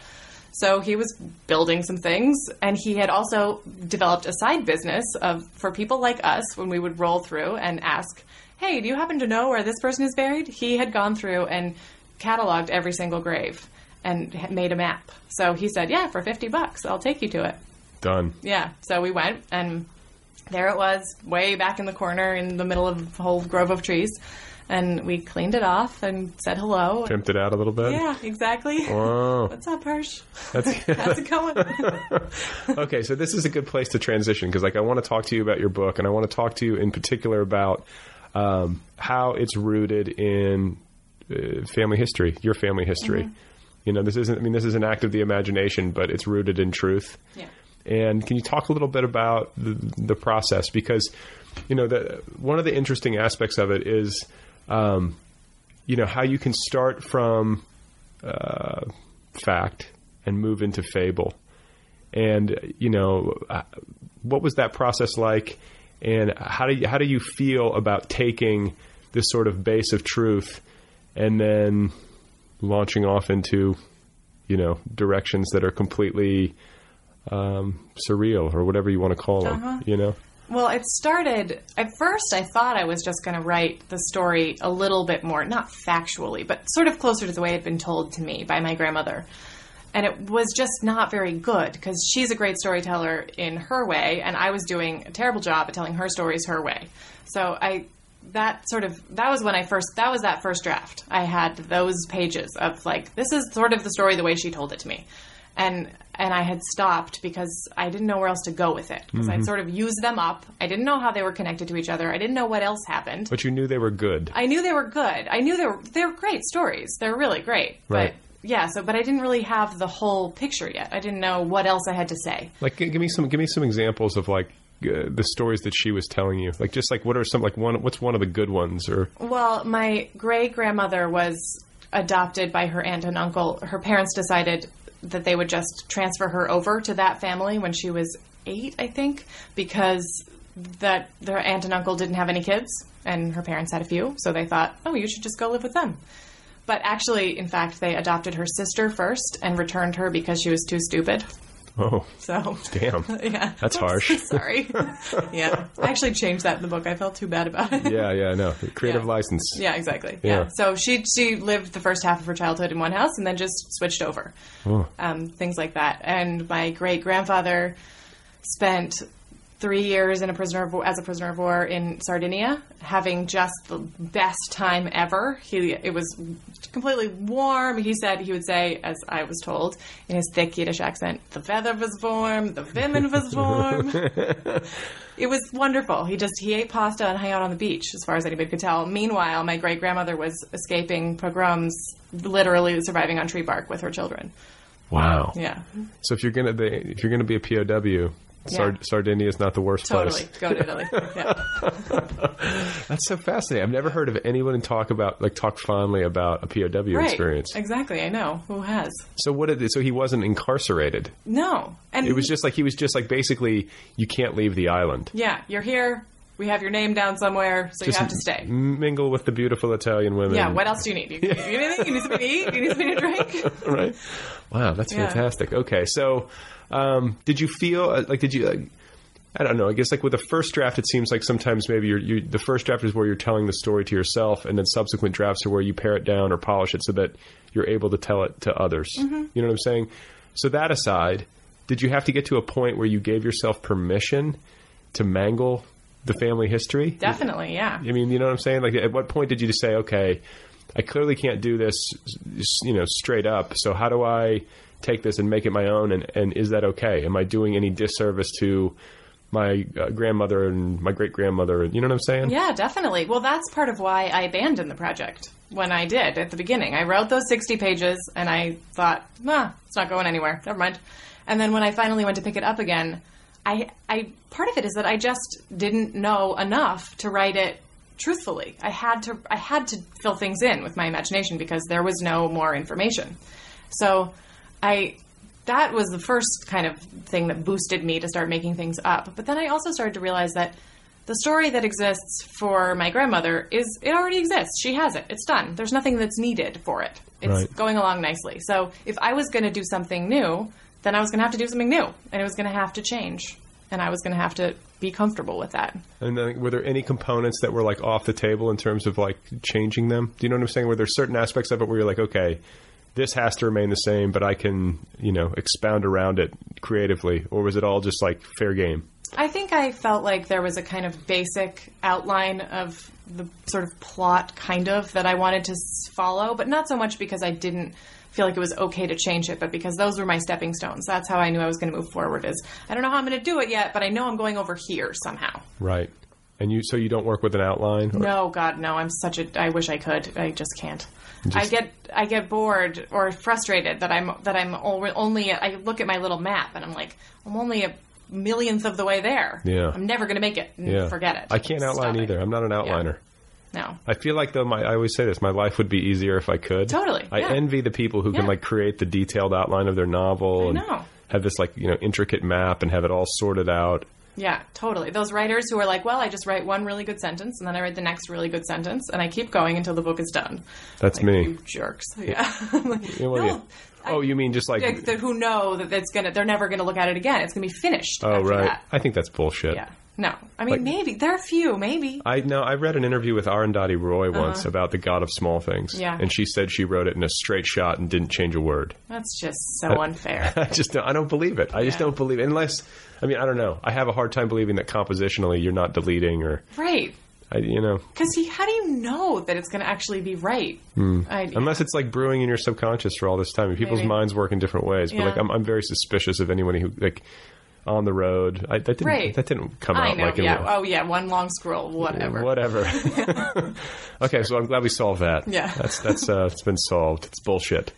So he was building some things, and he had also developed a side business of for people like us when we would roll through and ask, "Hey, do you happen to know where this person is buried?" He had gone through and cataloged every single grave and ha- made a map. So he said, "Yeah, for fifty bucks, I'll take you to it."
Done.
Yeah. So we went, and there it was, way back in the corner, in the middle of a whole grove of trees, and we cleaned it off and said hello.
Pimped it out a little bit.
Yeah, exactly.
Wow.
What's up, Harsh?
That's-
How's it going?
okay, so this is a good place to transition because, like, I want to talk to you about your book, and I want to talk to you in particular about um, how it's rooted in uh, family history, your family history.
Mhm.
You know, this isn't. I mean, this is an act of the imagination, but it's rooted in truth.
Yeah.
And can you talk a little bit about the, the process? Because, you know, the, one of the interesting aspects of it is, um, you know, how you can start from uh, fact and move into fable. And, you know, uh, what was that process like? And how do you, how do you feel about taking this sort of base of truth and then launching off into you know directions that are completely um, surreal or whatever you want to call them.
Uh-huh.
You know,
Well, it started at first. I thought I was just going to write the story a little bit more, not factually, but sort of closer to the way it had been told to me by my grandmother. And it was just not very good because she's a great storyteller in her way, and I was doing a terrible job at telling her stories her way. So I that sort of that was when I first that was that first draft. I had those pages of like this is sort of the story the way she told it to me. And and I had stopped because I didn't know where else to go with it because I'd
Mhm.
sort of used them up. I didn't know how they were connected to each other. I didn't know what else happened.
but you knew they were good,
I knew they were good. I knew they were they're great stories. They're really great.
right?
Yeah, so but I didn't really have the whole picture yet. I didn't know what else I had to say.
Like, g- give me some, give me some examples of like uh, the stories that she was telling you. Like, just like what are some like one? What's one of the good ones? Or
Well, my great grandmother was adopted by her aunt and uncle. Her parents decided that they would just transfer her over to that family when she was eight, I think, because that their aunt and uncle didn't have any kids, and her parents had a few, so they thought, oh, you should just go live with them. But actually, in fact, they adopted her sister first and returned her because she was too stupid.
oh,
So
damn,
yeah,
that's harsh.
Sorry. yeah, I actually changed that in the book. I felt too bad about it.
yeah, yeah, no, creative license.
Yeah, exactly.
Yeah.
Yeah. So she she lived the first half of her childhood in one house and then just switched over,
Oh.
um, things like that. And my great grandfather spent three years in a prisoner of war, as a prisoner of war in Sardinia, having just the best time ever. He it was completely warm. He said he would say, as I was told in his thick Yiddish accent, "The weather was warm, the women was warm." It was wonderful. He just he ate pasta and hung out on the beach, as far as anybody could tell. Meanwhile, my great grandmother was escaping pogroms, literally surviving on tree bark with her children.
Wow.
Yeah,
So if you're gonna be, if you're gonna be a POW, Sard-
Yeah.
Sardinia is not the worst
totally.
place.
Go to Italy. Yeah.
That's so fascinating. I've never heard of anyone talk about like talk fondly about a POW
right.
experience.
Exactly. I know who has
So what did it, so he wasn't incarcerated.
no. And
it was just like he was just like basically you can't leave the island.
yeah. You're here. We have your name down somewhere, so
just
you have to stay.
m- Mingle with the beautiful Italian women.
Yeah. What else do you need? You, you need anything? You need something to eat? You need something to drink?
right? Wow, that's
Yeah.
fantastic. Okay, so um, did you feel uh, like did you? Like, I don't know. I guess like with the first draft, it seems like sometimes maybe you're, you the first draft is where you're telling the story to yourself, and then subsequent drafts are where you pare it down or polish it so that you're able to tell it to others.
Mhm.
You know what I'm saying? So that aside, did you have to get to a point where you gave yourself permission to mangle the family history?
Definitely. Yeah.
I mean, you know what I'm saying? Like, at what point did you just say, okay, I clearly can't do this, s- you know, straight up. So how do I take this and make it my own? And, and is that okay? Am I doing any disservice to my uh, grandmother and my great grandmother? You know what I'm saying?
Yeah, definitely. Well, that's part of why I abandoned the project when I did at the beginning. I wrote those 60 pages and I thought, nah, it's not going anywhere. Never mind. And then when I finally went to pick it up again, I, I part of it is that I just didn't know enough to write it truthfully. I had to I had to fill things in with my imagination because there was no more information. So I that was the first kind of thing that boosted me to start making things up. But then I also started to realize that the story that exists for my grandmother is it already exists. She has it. It's done. There's nothing that's needed for it. It's
Right.
going along nicely. So if I was going to do something new, then I was going to have to do something new and it was going to have to change and I was going to have to be comfortable with that.
And then were there any components that were like off the table in terms of like changing them? Do you know what I'm saying? Were there certain aspects of it where you're like, okay, this has to remain the same, but I can, you know, expound around it creatively? Or was it all just like fair game?
I think I felt like there was a kind of basic outline of the sort of plot, kind of, that I wanted to s- follow, but not so much because I didn't feel like it was okay to change it, but because those were my stepping stones. That's how I knew I was going to move forward. Is I don't know how I'm going to do it yet, but I know I'm going over here somehow.
Right. And you so you don't work with an outline? Or-
No, God, no! I'm such a. I wish I could. I just can't.
Just-
I get I get bored or frustrated that I'm that I'm al- only. I look at my little map and I'm like, I'm only a millionth of the way there.
Yeah.
I'm never gonna make it. N-
Yeah.
Forget it.
I can't outline either. I'm not an outliner.
No.
I feel like though my I always say this, my life would be easier if I could.
Totally,
I
yeah.
envy the people who can
Yeah.
like create the detailed outline of their novel and
know.
have this like, you know, intricate map and have it all sorted out.
Yeah, totally. Those writers who are like, well, I just write one really good sentence and then I write the next really good sentence and I keep going until the book is done.
That's
Like,
me.
You jerks. Yeah. Like,
You know what
no,
you- oh, you mean just like?
like, the- who know that it's gonna? They're never gonna look at it again. It's gonna be finished.
oh,
after
right.
that.
I think that's bullshit.
Yeah. No. I mean,
Like-
maybe there are a few. Maybe.
I no, I read an interview with Arundhati Roy once
Uh-huh.
about the God of Small Things.
Yeah.
And she said she wrote it in a straight shot and didn't change a word.
That's just so
I-
unfair.
I just don't, I don't believe it. I just don't believe it. unless I mean I don't know. I have a hard time believing that compositionally you're not deleting or
right.
I, you know
Because he, how do you know that it's gonna actually be right?
Hmm.
I-
unless it's like brewing in your subconscious for all this time. And people's
Maybe.
minds work in different ways. But
Yeah.
like I'm, I'm very suspicious of anyone who like on the road. I, that didn't
Right.
that didn't come
I
out
know.
like in
yeah.
a-
oh yeah. One long scroll. Whatever.
Whatever. okay, so I'm glad we solved that.
Yeah.
that's that's uh, it's been solved. It's bullshit.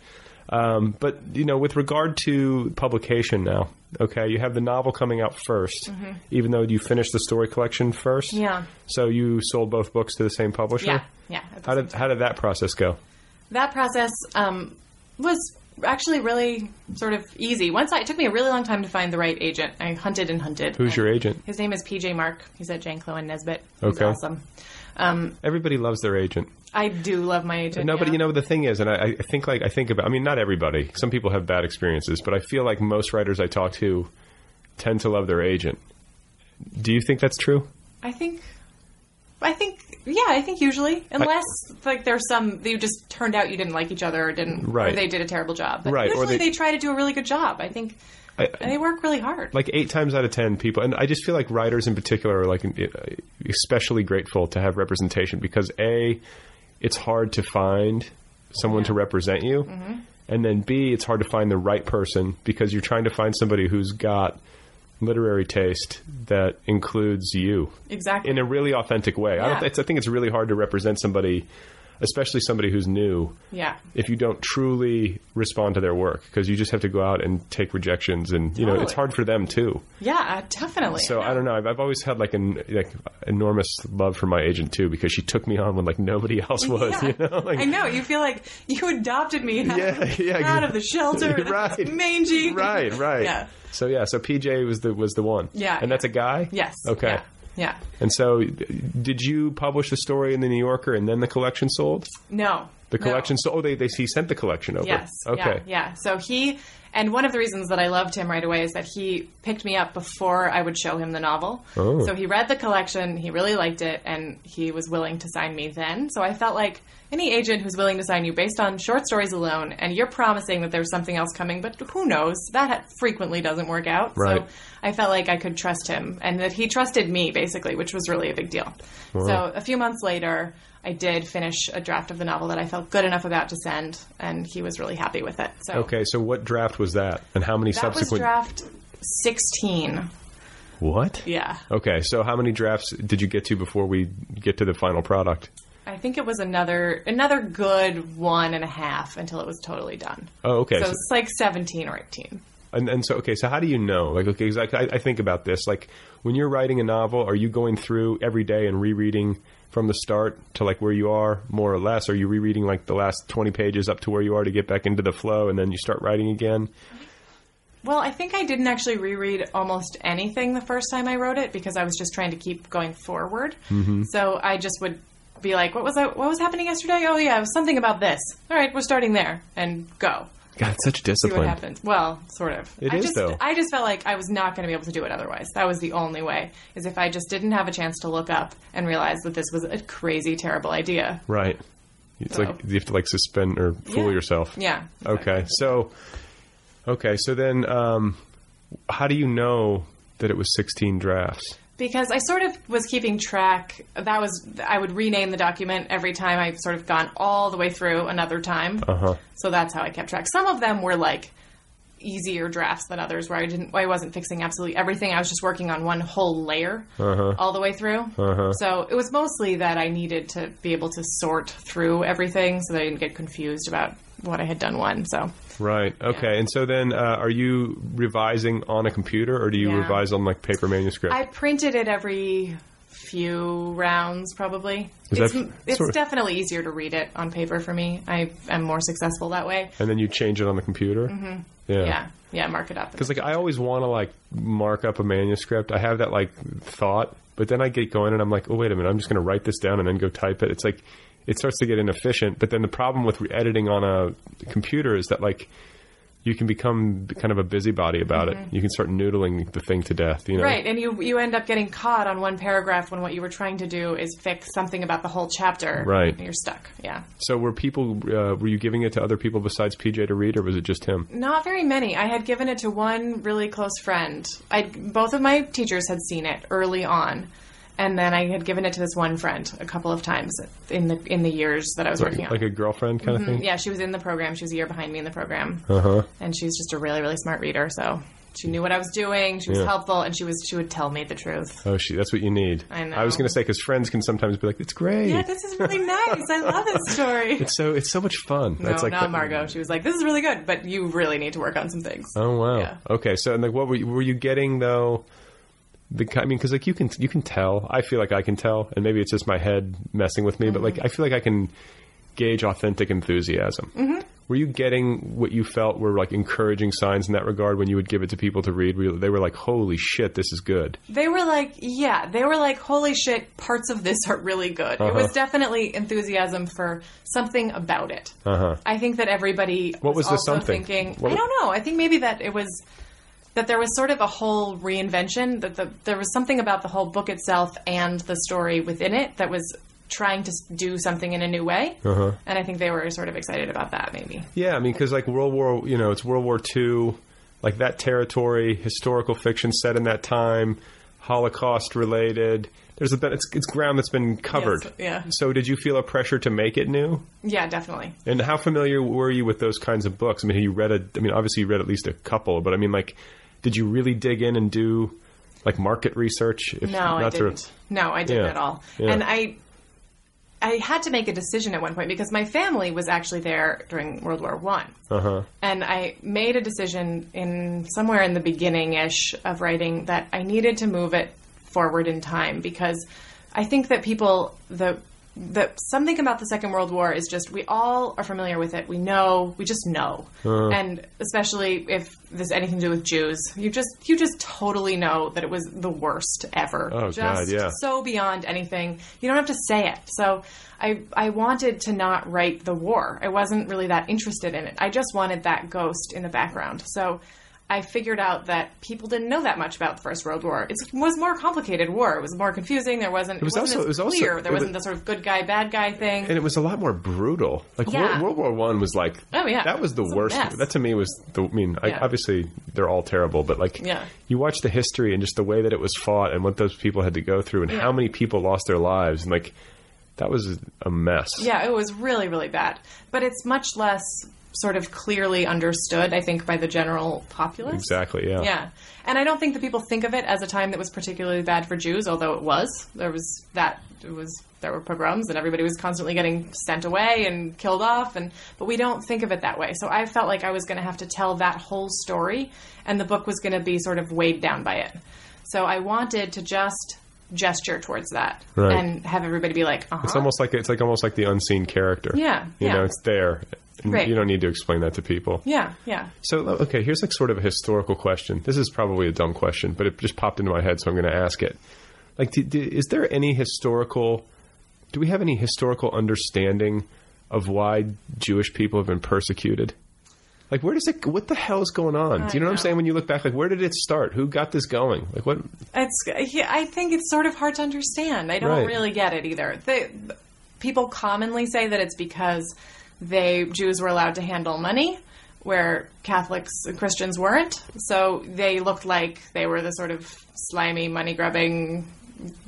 Um, but you know, with regard to publication now, okay, you have the novel coming out 1st
Mhm.
even though you finished the story collection first.
Yeah.
So you sold both books to the same publisher.
Yeah. Yeah. At the
How did how did that process go?
that process um, was actually really sort of easy. Once I, it took me a really long time to find the right agent. I hunted and hunted.
Who's your agent?
His name is PJ Mark. He's at Janclo and Nesbitt. He's
Okay.
awesome. Um,
Everybody loves their agent.
I do love my agent.
No, but
yeah.
you know the thing is, and I, I think like I think about. I mean, not everybody. Some people have bad experiences, but I feel like most writers I talk to tend to love their agent. Do you think that's true?
I think. I think, yeah, I think usually, unless like there's some you just turned out you didn't like each other or didn't,
Right.
or they did a terrible job. But
Right, or
usually
they-
they, try to do a really good job. I think
I,
and they work really hard.
like eight times out of ten people, and I just feel like writers in particular are like especially grateful to have representation because a, it's hard to find someone to represent you, and then b, it's hard to find the right person because you're trying to find somebody who's got literary taste that includes you
Exactly.
in a really authentic way. I, don't,
Yeah.
it's, I think it's really hard to represent somebody, especially somebody who's new
Yeah.
if you don't truly respond to their work because you just have to go out and take rejections and you know it's
Totally.
hard for them too
Yeah, uh, definitely.
so i don't know i've, I've always had like an like enormous love for my agent too because she took me on when like nobody else was
Yeah.
you know like
I know. You feel like you adopted me out,
Yeah, yeah,
out of the shelter. and
Right.
it's Mangy.
right right
Yeah.
so yeah so pj was the was the one
Yeah,
and that's a guy
Yes.
okay
Yeah. Yeah.
and so did you publish the story in the new yorker and then the collection sold
No.
the
No.
collection sold oh they, they he sent the collection over
Yes.
okay
Yeah, yeah. So he, and one of the reasons that I loved him right away is that he picked me up before I would show him the novel.
Oh.
So he read the collection, he really liked it, and he was willing to sign me then. So I felt like any agent who's willing to sign you based on short stories alone, and you're promising that there's something else coming, but who knows? That ha- frequently doesn't work out.
Right.
So I felt like I could trust him, and that he trusted me, basically, which was really a big deal.
Wow.
So a few months later, I did finish a draft of the novel that I felt good enough about to send, and he was really happy with it. So
Okay, so what draft was that, and how many
that was
subsequent?
draft 16.
what?
Yeah.
Okay, so how many drafts did you get to before we get to the final product?
I think it was another another good one and a half until it was totally done.
Oh, okay.
So
So-
it's like 17 or 18.
And, and so, okay, so how do you know? Like, okay, 'cause, like, I, I think about this. Like, when you're writing a novel, are you going through every day and rereading from the start to like where you are, more or less? Are you rereading like the last 20 pages up to where you are to get back into the flow, and then you start writing again?
Well, I think I didn't actually reread almost anything the first time I wrote it because I was just trying to keep going forward.
Mhm.
So I just would be like, "What was I? What was happening yesterday? Oh yeah, it was something about this. All right, we're starting there and go."
God, it's such
See what
discipline.
happens. Well, sort of.
It
I
is,
just,
though.
I just felt like I was not going to be able to do it otherwise. That was the only way. Is if I just didn't have a chance to look up and realize that this was a crazy, terrible idea.
Right. It's
So-
like you have to like suspend or fool
Yeah.
yourself.
Yeah,
Okay. So okay, so then um how do you know that it was 16 drafts?
because I sort of was keeping track. That was I would rename the document every time I sort of gone all the way through another time.
Uh-huh.
So that's how I kept track. Some of them were like easier drafts than others, where I didn't, I wasn't fixing absolutely everything. I was just working on one whole layer
Uh-huh.
all the way through.
Uh-huh.
So it was mostly that I needed to be able to sort through everything, so that I didn't get confused about what I had done one. So
Right. Okay. And so then uh, are you revising on a computer or do you
Yeah.
revise on like paper manuscript?
I printed it every few rounds probably.
Is
it's
that-
it's
sort of-
definitely easier to read it on paper for me. I am more successful that way.
and then you change it on the computer.
hmm
Yeah.
yeah, yeah, mark it up.
Because like I always want to like mark up a manuscript. I have that like thought, but then I get going and I'm like, oh wait a minute, I'm just going to write this down and then go type it. It's like it starts to get inefficient. But then the problem with editing on a computer is that like you can become kind of a busybody about
Mhm.
it. You can start noodling the thing to death. You know,
Right, and you you end up getting caught on one paragraph when what you were trying to do is fix something about the whole chapter.
Right.
and you're stuck. Yeah.
So were people? Uh, were you giving it to other people besides PJ to read, or was it just him?
Not very many. I had given it to one really close friend. I both of my teachers had seen it early on, and then I had given it to this one friend a couple of times in the in the years that I was
like,
working on.
like
it.
a girlfriend kind
Mhm.
of thing.
Yeah, she was in the program. She was a year behind me in the program,
Uh huh.
and she's just a really really smart reader. So she knew what I was doing. She was
Yeah.
helpful, and she was she would tell me the truth.
Oh, she, that's what you need.
I know.
was going to say because friends can sometimes be like, "It's great."
Yeah, this is really nice. I love this story.
It's so it's so much fun.
No,
That's like
not
the-
Margot. She was like, "This is really good, but you really need to work on some things."
Oh wow. Okay. So and like, what were you, were you getting though? The ki- I mean, because like you can you can tell. I feel like I can tell, and maybe it's just my head messing with me. But like, I feel like I can gauge authentic enthusiasm.
Mhm.
Were you getting what you felt were like encouraging signs in that regard when you would give it to people to read? Were you- they were like, "Holy shit, this is good."
They were like, "Yeah," they were like, "Holy shit, parts of this are really good." It
Uh-huh.
was definitely enthusiasm for something about it.
Uh huh.
I think that everybody
What was the
also
something?
thinking.
What
I
was-
don't know. I think maybe that it was that there was sort of a whole reinvention that the, there was something about the whole book itself and the story within it that was trying to s- do something in a new way.
Uh huh.
And I think they were sort of excited about that, maybe.
Yeah, I mean, because like World War, you know, it's World War II, like that territory, historical fiction set in that time, Holocaust related. There's a bit, it's, it's ground that's been covered.
yeah.
So did you feel a pressure to make it new?
Yeah, definitely.
And how familiar were you with those kinds of books? I mean, you read a, I mean, obviously you read at least a couple, but I mean, like, did you really dig in and do like market research?
no, I
not to-
didn't. No, I didn't
Yeah.
at all.
Yeah.
And I, I had to make a decision at one point because my family was actually there during World War One,
Uh-huh.
and I made a decision in somewhere in the beginning ish of writing that I needed to move it forward in time because I think that people the the something about the Second World War is just we all are familiar with it. We know, we just know.
Uh.
And especially if there's anything to do with Jews, you just you just totally know that it was the worst ever.
Oh,
just
God, yeah.
so beyond anything. You don't have to say it. So I I wanted to not write the war. I wasn't really that interested in it. I just wanted that ghost in the background. So I figured out that people didn't know that much about the First World War. It was more complicated war. It was more confusing. There wasn't
It was
not
also- it
as
was also-
clear.
it
there
was-
wasn't the sort of good guy bad guy thing.
And it was a lot more brutal. Like
Yeah.
World, World War One was like,
Oh, yeah.
that was the
It's a
worst.
mess.
That to me was the. I mean,
Yeah.
I, obviously they're all terrible, but like,
Yeah.
you watch the history and just the way that it was fought and what those people had to go through and
Yeah.
how many people lost their lives and like, that was a mess.
Yeah, it was really, really bad. But it's much less sort of clearly understood, I think, by the general populace.
Exactly. Yeah.
Yeah. And I don't think that people think of it as a time that was particularly bad for Jews, although it was. There was that it was there were pogroms and everybody was constantly getting sent away and killed off and but we don't think of it that way. So I felt like I was going to have to tell that whole story and the book was going to be sort of weighed down by it. So I wanted to just gesture towards that
Right.
and have everybody be like, "Uh-huh."
It's almost like it's like almost like the unseen character.
Yeah,
You
yeah.
know, it's there. And
Right.
You don't need to explain that to people.
Yeah, yeah.
So Oh, okay, here's like sort of a historical question. This is probably a dumb question, but it just popped into my head, so I'm going to ask it. Like, do, do, is there any historical? Do we have any historical understanding of why Jewish people have been persecuted? Like, where does it? What the hell is going on?
I
do you know, what I'm
know.
saying? When you look back, like, where did it start? Who got this going? Like, what?
It's yeah, I think it's sort of hard to understand. I don't
Right.
really get it either. They, people commonly say that it's because they Jews were allowed to handle money where Catholics and Christians weren't. So they looked like they were the sort of slimy money grubbing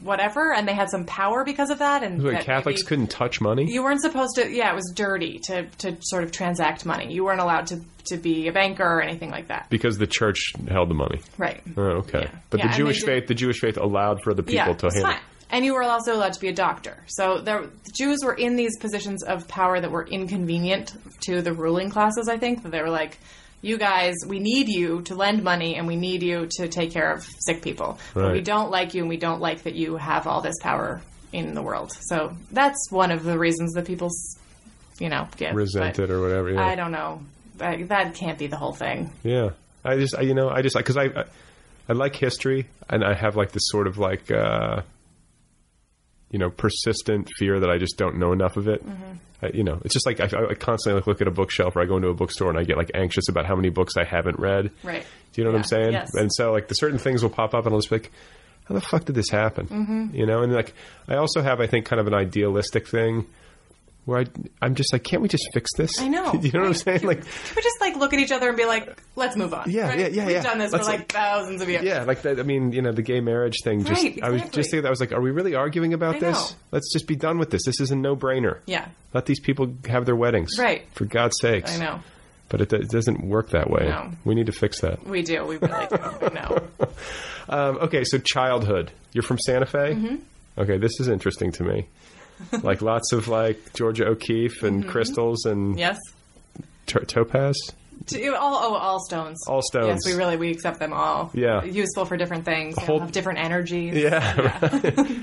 whatever and they had some power because of that and
Like,
that
Catholics
maybe-
couldn't touch money.
you weren't supposed to. Yeah, it was dirty to, to sort of transact money. You weren't allowed to, to be a banker or anything like that.
because the church held the money.
Right.
Oh, okay. But
Yeah, and
the
they
Jewish
did-
faith, the Jewish faith allowed for the people to
it's
handle.
fine. And you were also allowed to be a doctor. So there, the Jews were in these positions of power that were inconvenient to the ruling classes. I think that they were like, you guys, we need you to lend money and we need you to take care of sick people. But
Right.
we don't like you and we don't like that you have all this power in the world. So that's one of the reasons that people, s- you know, give.
Resent
But
it or whatever, yeah.
I don't know. That, that can't be the whole thing.
Yeah, I just I, you know I just because I, I I like history and I have like this sort of like uh, you know persistent fear that I just don't know enough of it.
Mm-hmm.
I, you know, it's just like I, I constantly like look at a bookshelf or I go into a bookstore and I get like anxious about how many books I haven't read.
Right.
Do you know what I'm saying?
yes.
And so like the certain things will pop up and I'll just be like, how the fuck did this happen?
Mhm.
You know, and like I also have I think kind of an idealistic thing. Where I, I'm just like, can't we just fix this?
I know.
you know what I'm saying? Like,
Can we just like look at each other and be like, let's move on?
Yeah,
Right?
yeah, yeah,
We've
yeah.
done this
Let's,
for like,
like-
thousands of years.
Yeah, like that. I mean, you know, the gay marriage thing. Just
Right,
I was
exactly.
just thinking that I was like, are we really arguing about
I
this?
know.
Let's just be done with this. This is a no-brainer.
Yeah.
Let these people have their weddings.
Right.
For God's sakes.
I know.
But it, it doesn't work that way.
No.
We need to fix that.
We do. We really do. I know.
Um, okay, so childhood. You're from Santa Fe.
Mhm.
Okay, this is interesting to me. like lots of like Georgia O'Keeffe and
Mhm.
crystals and
Yes.
to- topaz.
To, all, oh, all stones.
All stones.
Yes, we really we accept them all.
Yeah.
Useful for different things. you
Whole-
know, have different energies.
Yeah.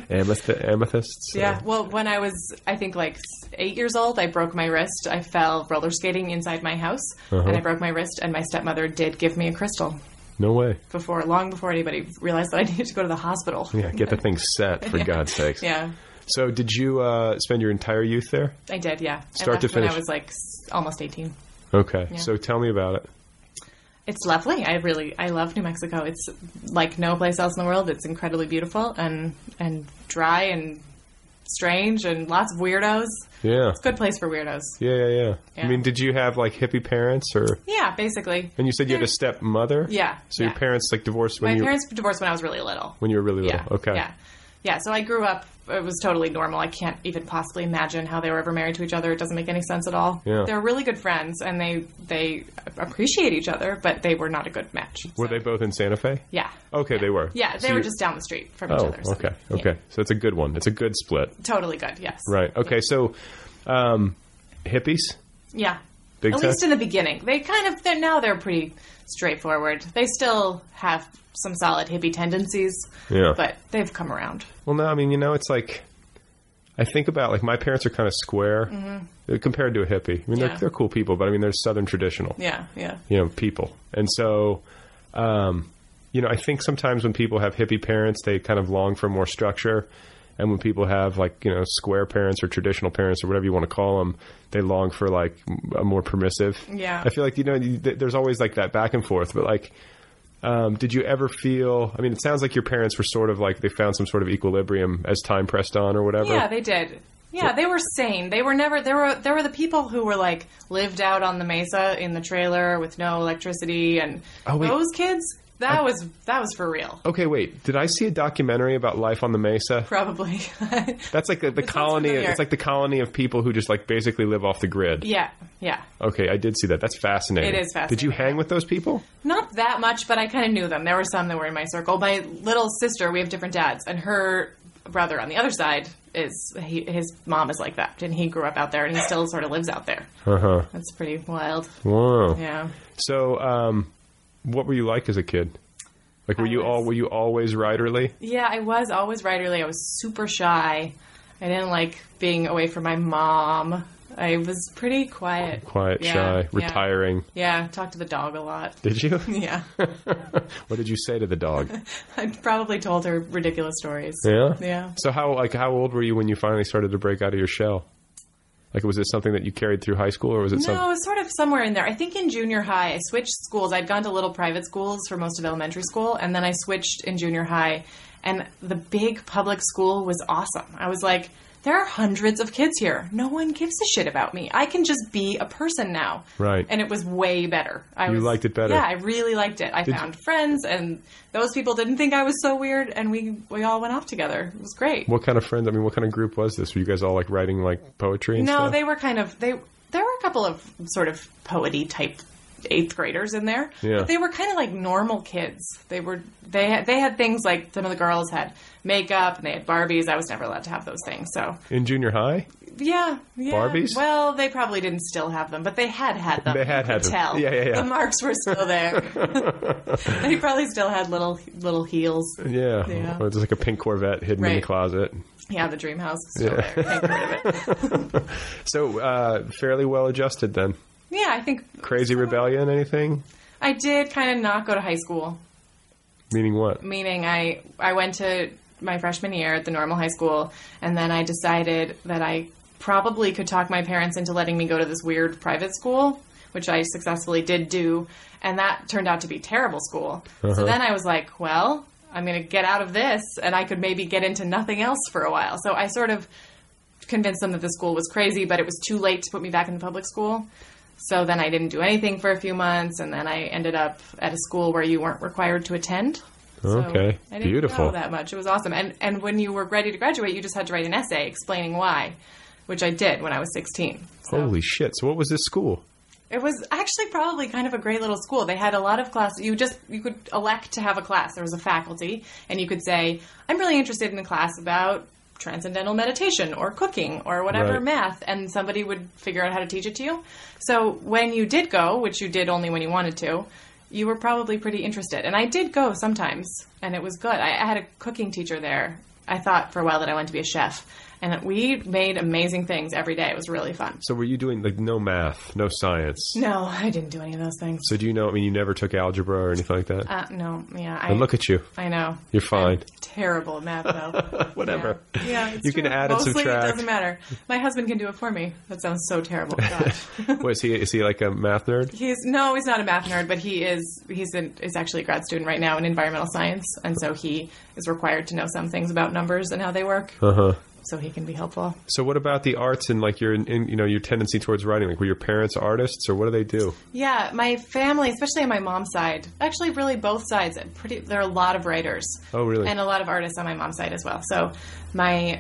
Amethyst. Amethysts.
Yeah. Well, when I was, I think like s- eight years old, I broke my wrist. I fell roller skating inside my house,
Uh-huh.
and I broke my wrist. And my stepmother did give me a crystal
No way.
before, long before anybody realized that I needed to go to the hospital.
Yeah, get the thing set for
Yeah.
God's sakes.
Yeah.
So, did you uh, spend your entire youth there?
I did. Yeah. I
Start to
left when
finish.
I was like s- almost eighteen.
Okay.
Yeah.
So, tell me about it.
It's lovely. I really I love New Mexico. It's like no place else in the world. It's incredibly beautiful and and dry and strange and lots of weirdos.
Yeah.
It's a good place for weirdos.
Yeah, yeah, yeah, I
Yeah.
mean, did you have like hippie parents or?
Yeah, basically.
And you said you had a stepmother.
Yeah,
So
yeah.
your parents like divorced when
My
you
parents divorced when I was really little.
when you were really little.
Yeah.
Okay.
Yeah. Yeah, so I grew up it was totally normal. I can't even possibly imagine how they were ever married to each other. It doesn't make any sense at all.
Yeah.
They're really good friends and they they appreciate each other, but they were not a good match.
Were they both in Santa Fe?
Yeah.
Okay, they were.
Yeah, they
So
were
you-
just down the street from each
Oh,
other. so-
okay,
yeah.
okay. So it's a good one. It's a good split.
Totally good. Yes.
Right. Okay. So, um, hippies.
Yeah.
Big
At
time.
least in the beginning, they kind of they're now they're pretty straightforward. They still have some solid hippie tendencies.
Yeah.
But they've come around.
Well, no, I mean, you know, it's like I think about like my parents are kind of square
Mhm.
uh, compared to a hippie. I mean,
Yeah.
they're, they're cool people, but I mean, they're Southern traditional,
Yeah. Yeah.
you know, people. And so, um, you know, I think sometimes when people have hippie parents, they kind of long for more structure. And when people have like you know square parents or traditional parents or whatever you want to call them, they long for like m- a more permissive.
Yeah.
I feel like you know you- th- there's always like that back and forth, but like um, did you ever feel? I mean, it sounds like your parents were sort of like they found some sort of equilibrium as time pressed on, or whatever.
Yeah, they did. Yeah, they were sane. They were never there were there were the people who were like lived out on the mesa in the trailer with no electricity and
Oh, wait.
those kids. That
I- Oh.
was that was for real.
okay, wait. Did I see a documentary about life on the Mesa?
Probably.
That's like the, the colony.
familiar.
It's like the colony of people who just like basically live off the grid.
yeah. Yeah.
Okay, I did see that. That's fascinating.
It is fascinating.
Did you hang with those people?
Not that much, but I kind of knew them. There were some that were in my circle. My little sister, we have different dads, and her brother on the other side is he, his mom is like that, and he grew up out there, and he still sort of lives out there.
Uh huh.
That's pretty wild.
Whoa.
Yeah.
So, um, what were you like as a kid? Like, were you all were you always riderly?
Yeah, I was always writerly. I was super shy. I didn't like being away from my mom. I was pretty quiet.
Quiet,
Yeah,
shy,
yeah.
retiring.
Yeah, talked to the dog a lot.
Did you?
Yeah.
What did you say to the dog?
I probably told her ridiculous stories.
Yeah.
Yeah.
So how like how old were you when you finally started to break out of your shell? Like was it something that you carried through high school or was it
No, it
something?
was sort of somewhere in there. I think in junior high, I switched schools. I'd gone to little private schools for most of elementary school, and then I switched in junior high. And the big public school was awesome. I was like, there are hundreds of kids here. No one gives a shit about me. I can just be a person now.
Right.
And it was way better. I
You
was,
liked it better.
Yeah, I really liked it. I
Did-
found friends, and those people didn't think I was so weird, and we, we all went off together. It was great.
What kind of friends? I mean, what kind of group was this? Were you guys all like writing like poetry and
no,
stuff?
they were kind of they. There were a couple of sort of poety type eighth graders in there.
Yeah.
But they were kind of like normal kids. They were they had, they had things like some of the girls had makeup and they had Barbies. I was never allowed to have those things. So
in junior high?
Yeah, yeah.
Barbies?
Well, they probably didn't still have them, but they had had them.
They had
You
had them.
could Tell.
Yeah, yeah, yeah.
The marks were still there. they probably still had little little heels.
Yeah.
Yeah.
Or it's like a pink Corvette hidden in the
Right.
closet.
Yeah, the dream house. is Still there.
Yeah. so uh, fairly well adjusted then.
Yeah, I think
Crazy rebellion? Anything?
I did kind of not go to high school.
Meaning what?
meaning I I went to my freshman year at the normal high school, and then I decided that I probably could talk my parents into letting me go to this weird private school, which I successfully did do, and that turned out to be terrible school.
Uh-huh.
So then I was like, well, I'm going to get out of this, and I could maybe get into nothing else for a while. So I sort of convinced them that the school was crazy, but it was too late to put me back in the public school. So then I didn't do anything for a few months, and then I ended up at a school where you weren't required to attend.
okay.
I didn't know
Beautiful.
that much. It was awesome. And and when you were ready to graduate, you just had to write an essay explaining why, which I did when I was 16.
Holy shit. So what was this school?
It was actually probably kind of a great little school. They had a lot of classes. You just you could elect to have a class. There was a faculty, and you could say, "I'm really interested in a class about transcendental meditation or cooking or whatever
Right.
math," and somebody would figure out how to teach it to you. So when you did go, which you did only when you wanted to, you were probably pretty interested. And I did go sometimes, and it was good. I, I had a cooking teacher there. I thought for a while that I wanted to be a chef, and we made amazing things every day. It was really fun.
So were you doing like no math, no science?
No, I didn't do any of those things.
So do you know? I mean, you never took algebra or anything like that.
Uh, no, yeah. I,
And look at you.
I know.
You're fine.
Terrible at math, though.
Whatever.
Yeah, yeah it's
You can
true.
add and
Mostly,
subtract.
It doesn't matter. My husband can do it for me. That sounds so terrible. God.
What is he? Is he like a math nerd?
he's no, he's not a math nerd, but he is. He's an, is actually a grad student right now in environmental science, and so he is required to know some things about numbers and how they work,
Uh huh.
so he can be helpful.
So what about the arts and like your, in, you know, your tendency towards writing? Like, were your parents artists or what do they do?
Yeah, my family, especially on my mom's side, actually, really both sides. Pretty, there are a lot of writers.
Oh, really?
And a lot of artists on my mom's side as well. So my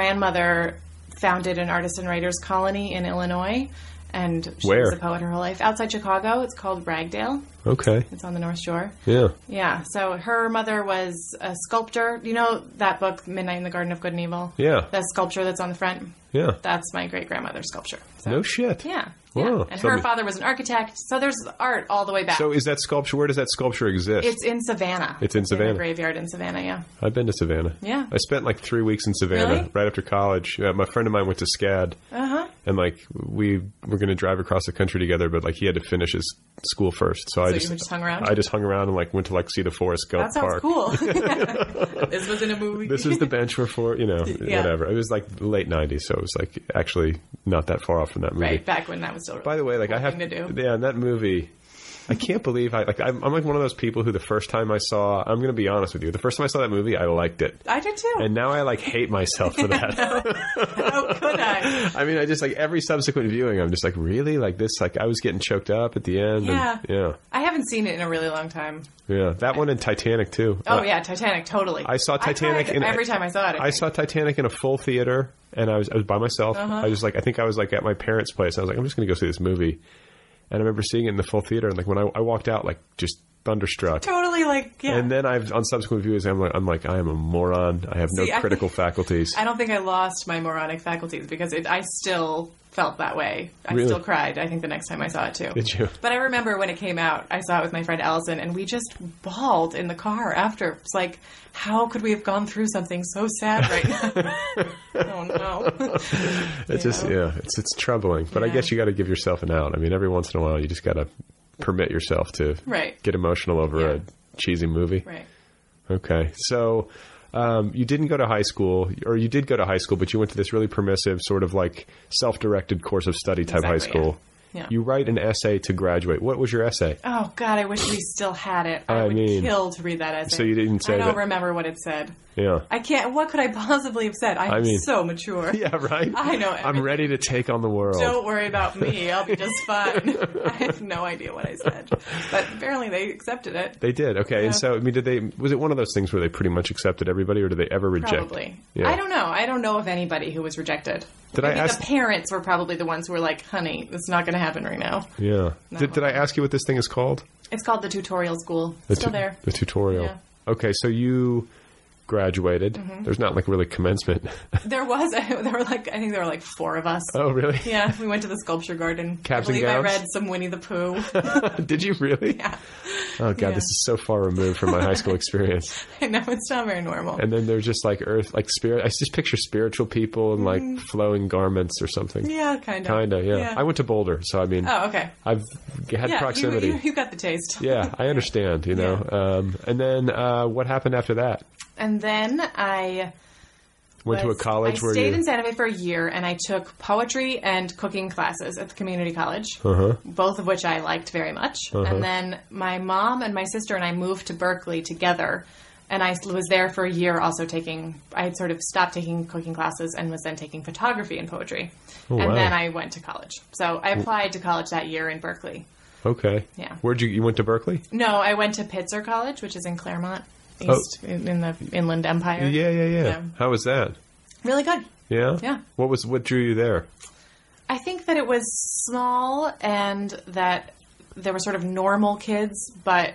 grandmother founded an artist and writers colony in Illinois, and she
Where?
was a poet her whole life. Outside Chicago, it's called Ragdale.
Okay.
It's on the North Shore.
Yeah.
Yeah. So her mother was a sculptor. You know that book, Midnight in the Garden of Good and Evil?
Yeah.
The sculpture that's on the front.
Yeah.
That's my great grandmother's sculpture.
No shit.
Yeah.
Wow.
yeah. And
Oh, So-
her father was an architect. So there's art all the way back.
So is that sculpture? Where does that sculpture exist?
it's in Savannah.
It's in
In
Savannah.
the graveyard in Savannah, yeah.
I've been to Savannah.
Yeah.
I spent like three weeks in Savannah
Really?
right after college. Uh, my friend of mine went to SCAD.
Uh huh.
and like we were going to drive across the country together, but like he had to finish his school first. So, I
So you
just,
just hung around?
I just hung around and like went to like see the Forest Gump
That sounds
Park.
cool. this was in a movie.
This is the bench where for you know
Yeah.
whatever. It was like the late '90s, so it was like actually not that far off from that movie.
right back when that was still.
By the way, like I have
thing to do.
yeah, in that movie. I can't believe I like. I'm, I'm like one of those people who the first time I saw. I'm going to be honest with you. The first time I saw that movie, I liked it,
I did too.
and now I like hate myself for that.
How could I?
I mean, I just like every subsequent viewing, I'm just like, really, like this, like I was getting choked up at the end. and-
Yeah.
yeah,
I haven't seen it in a really long time.
yeah. That one in Titanic too.
Oh
Uh,
yeah, Titanic, totally.
I saw Titanic
cried
in
every time I saw it.
I saw Titanic in a full theater, and I was I was by myself.
Uh-huh.
I was like, I think I was like at my parents' place. I was like, I'm just gonna go see this movie, and I remember seeing it in the full theater, and like when I, I walked out, like just thunderstruck.
totally like yeah.
And then I've on subsequent views, I'm like, I'm like, I am a moron. I have
See,
no
I-
critical faculties.
I don't think I lost my moronic faculties because it, I still felt that way. I
Really?
still cried. I think the next time I saw it too.
Did you?
But I remember when it came out, I saw it with my friend Allison, and we just bawled in the car after. It's like, how could we have gone through something so sad right now? oh no.
It's just yeah, it's it's troubling. But I
Yeah.
guess you got to give yourself an out. I mean, every once in a while, you just got to permit yourself to
Right.
get emotional over a cheesy movie.
right.
Okay, so um, you didn't go to high school, or you did go to high school, but you went to this really permissive, sort of like self-directed course of study type high
Exactly, yeah.
school.
Yeah.
You write an essay to graduate. What was your essay?
Oh God, I wish we still had it.
I
I, would
mean-
kill to read that essay.
So you didn't say
I don't
that-
remember what it said.
Yeah.
I can't. What could I possibly have said? I'm
I mean-
so mature.
Yeah, right.
I know.
I'm ready to take on the world.
Don't worry about me. I'll be just fine. I have no idea what I said, but apparently they accepted it.
They did. Okay.
Yeah.
And so, I mean, did they, was it one of those things where they pretty much accepted everybody or did they ever reject?
Probably. I don't know. I don't know of anybody who was rejected.
Did I
Maybe
ask-
the parents were probably the ones who were like, "Honey, it's not going to happen right now."
Yeah.
No.
Did, did I ask you what this thing is called?
It's called the tutorial school. It's
The
Still
tu-
there.
The tutorial.
Yeah.
Okay, so you graduated.
Mhm.
There's not like really commencement.
There was there were like I think there were like four of us.
Oh, really?
Yeah, we went to the sculpture garden.
Caps
I
and
believe I
gowns?
read some Winnie the Pooh.
Did you really?
Yeah.
Oh god, this is so far removed from my high school experience.
I know it's not very normal.
And then they're just like earth, like spirit. I just picture spiritual people in like
Mhm.
flowing garments or something.
Yeah, kinda.
Kinda, yeah.
Yeah.
I went to Boulder, so I mean,
oh, okay.
I've had
yeah,
proximity.
You, you, you got the taste.
yeah, I understand. You know, um, and then uh, what happened after that?
And then I
Went to a
was-
college
I
where
stayed
you.
in Santa Fe for a year, and I took poetry and cooking classes at the community college.
Uh-huh.
both of which I liked very much.
Uh-huh.
And then my mom and my sister and I moved to Berkeley together. And I was there for a year also taking, I had sort of stopped taking cooking classes and was then taking photography and poetry.
Oh,
and
wow.
then I went to college. So I applied to college that year in Berkeley.
Okay.
Yeah.
Where'd you? You went to Berkeley?
No, I went to Pitzer College, which is in Claremont,
Oh.
east in, in the Inland Empire.
Yeah, yeah, yeah, How was that?
Really good.
Yeah.
Yeah.
What was what drew you there?
I think that it was small and that there were sort of normal kids, but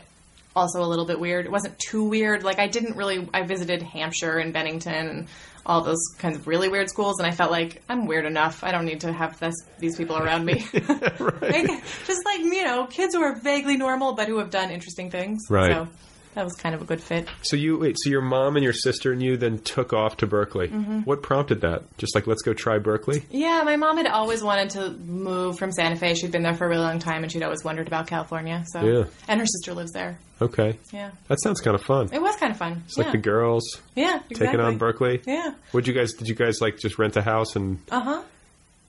also a little bit weird. It wasn't too weird. Like I didn't really. I visited Hampshire and Bennington and all those kinds of really weird schools, and I felt like I'm weird enough. I don't need to have this, these people around me. Like, just like you know, kids who are vaguely normal but who have done interesting things.
Right.
So that was kind of a good fit.
So you wait. So your mom and your sister and you then took off to Berkeley.
Mhm.
What prompted that? Just like let's go try Berkeley.
Yeah, my mom had always wanted to move from Santa Fe. She'd been there for a really long time, and she'd always wondered about California. So,
Yeah.
and her sister lives there.
Okay.
Yeah.
That sounds kind of fun.
It was kind of fun.
It's
yeah.
like the girls.
Yeah,
Taking
exactly.
on Berkeley.
Yeah.
Would you guys? Did you guys like just rent a house and
Uh huh.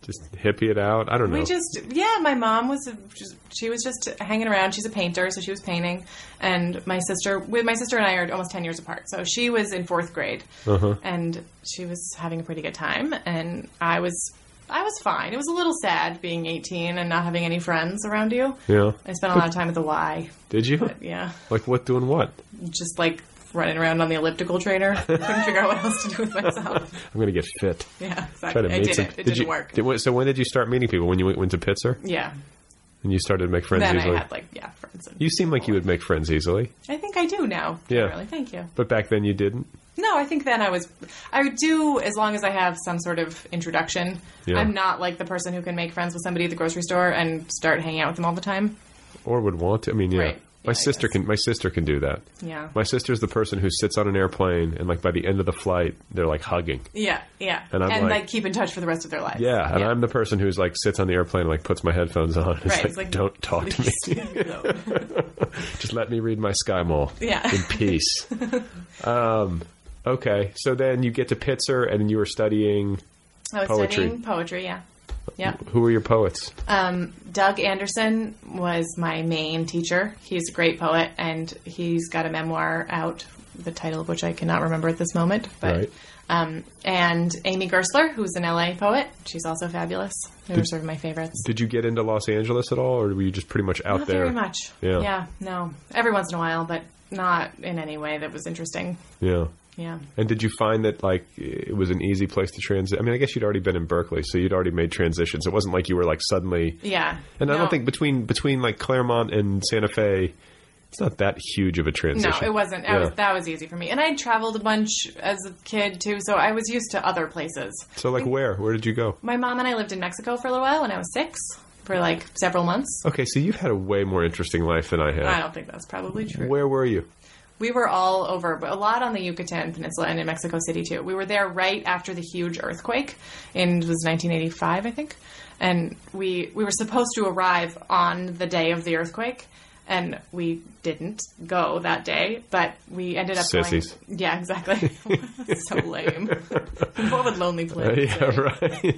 just hippie it out? I don't know.
We just yeah. My mom was just, she was just hanging around. She's a painter, so she was painting. And my sister, with my sister and I are almost ten years apart. So she was in fourth grade,
Uh-huh.
and she was having a pretty good time. And I was I was fine. It was a little sad being eighteen and not having any friends around you.
Yeah.
I spent a lot of time at the Y.
Did you?
But, yeah.
Like what? Doing what?
Just like running around on the elliptical trainer. Couldn't figure out what else to do with myself.
I'm gonna get fit. Try
Yeah,
to
exactly. I
meet
didn't.
some-
It
did
didn't
you-
work.
did- so when did you start meeting people? When you went, went to Pitzer?
Yeah.
And you started to make friends
then
easily.
I had like yeah friends. And
you seem like you would make friends easily.
I think I do now.
Yeah.
Really. Thank you.
But back then you didn't.
No, I think then I was. I would do as long as I have some sort of introduction.
Yeah.
I'm not like the person who can make friends with somebody at the grocery store and start hanging out with them all the time.
or would want to. I mean, yeah.
Right.
My sister can. My sister can do that.
Yeah.
My sister's the person who sits on an airplane and, like, by the end of the flight, they're like hugging.
Yeah. Yeah.
And I'm like-
keep in touch for the rest of their life.
Yeah, and I'm the person who's like sits on the airplane and like puts my headphones on. And is
Right,
like,
it's like,
don't talk to me. Just let me read my sky mole.
Yeah.
in peace. um, okay, so then you get to Pitzer and you were studying
I was
poetry.
studying poetry. Yeah. Yeah.
Who were your poets?
Um, Doug Anderson was my main teacher. He's a great poet, and he's got a memoir out, the title of which I cannot remember at this moment. But
right.
um, and Amy Gersler, who's an LA poet, she's also fabulous. They were
Did-
sort of my favorites.
Did you get into Los Angeles at all, or were you just pretty much out
Not
there?
very much.
Yeah.
no. Every once in a while, but not in any way that was interesting.
Yeah.
Yeah.
And did you find that like it was an easy place to transit? I mean, I guess you'd already been in Berkeley, so you'd already made transitions. It wasn't like you were like suddenly.
Yeah.
And I
No.
don't think between between like Claremont and Santa Fe, it's not that huge of a transition.
No, it wasn't. I
Yeah.
was, that was easy for me. And I traveled a bunch as a kid too, so I was used to other places.
so like where? Where did you go?
My mom and I lived in Mexico for a little while when I was six, for like several months.
Okay, so you've had a way more interesting life than I have.
I don't think that's probably true.
Where were you?
We were all over, but a lot on the Yucatan Peninsula and in Mexico City too. We were there right after the huge earthquake in it was 1985, I think, and we we were supposed to arrive on the day of the earthquake, and we didn't go that day. But we ended up going-
Sissies.
yeah, exactly. so lame. what would lonely
Uh,
play?
yeah, right.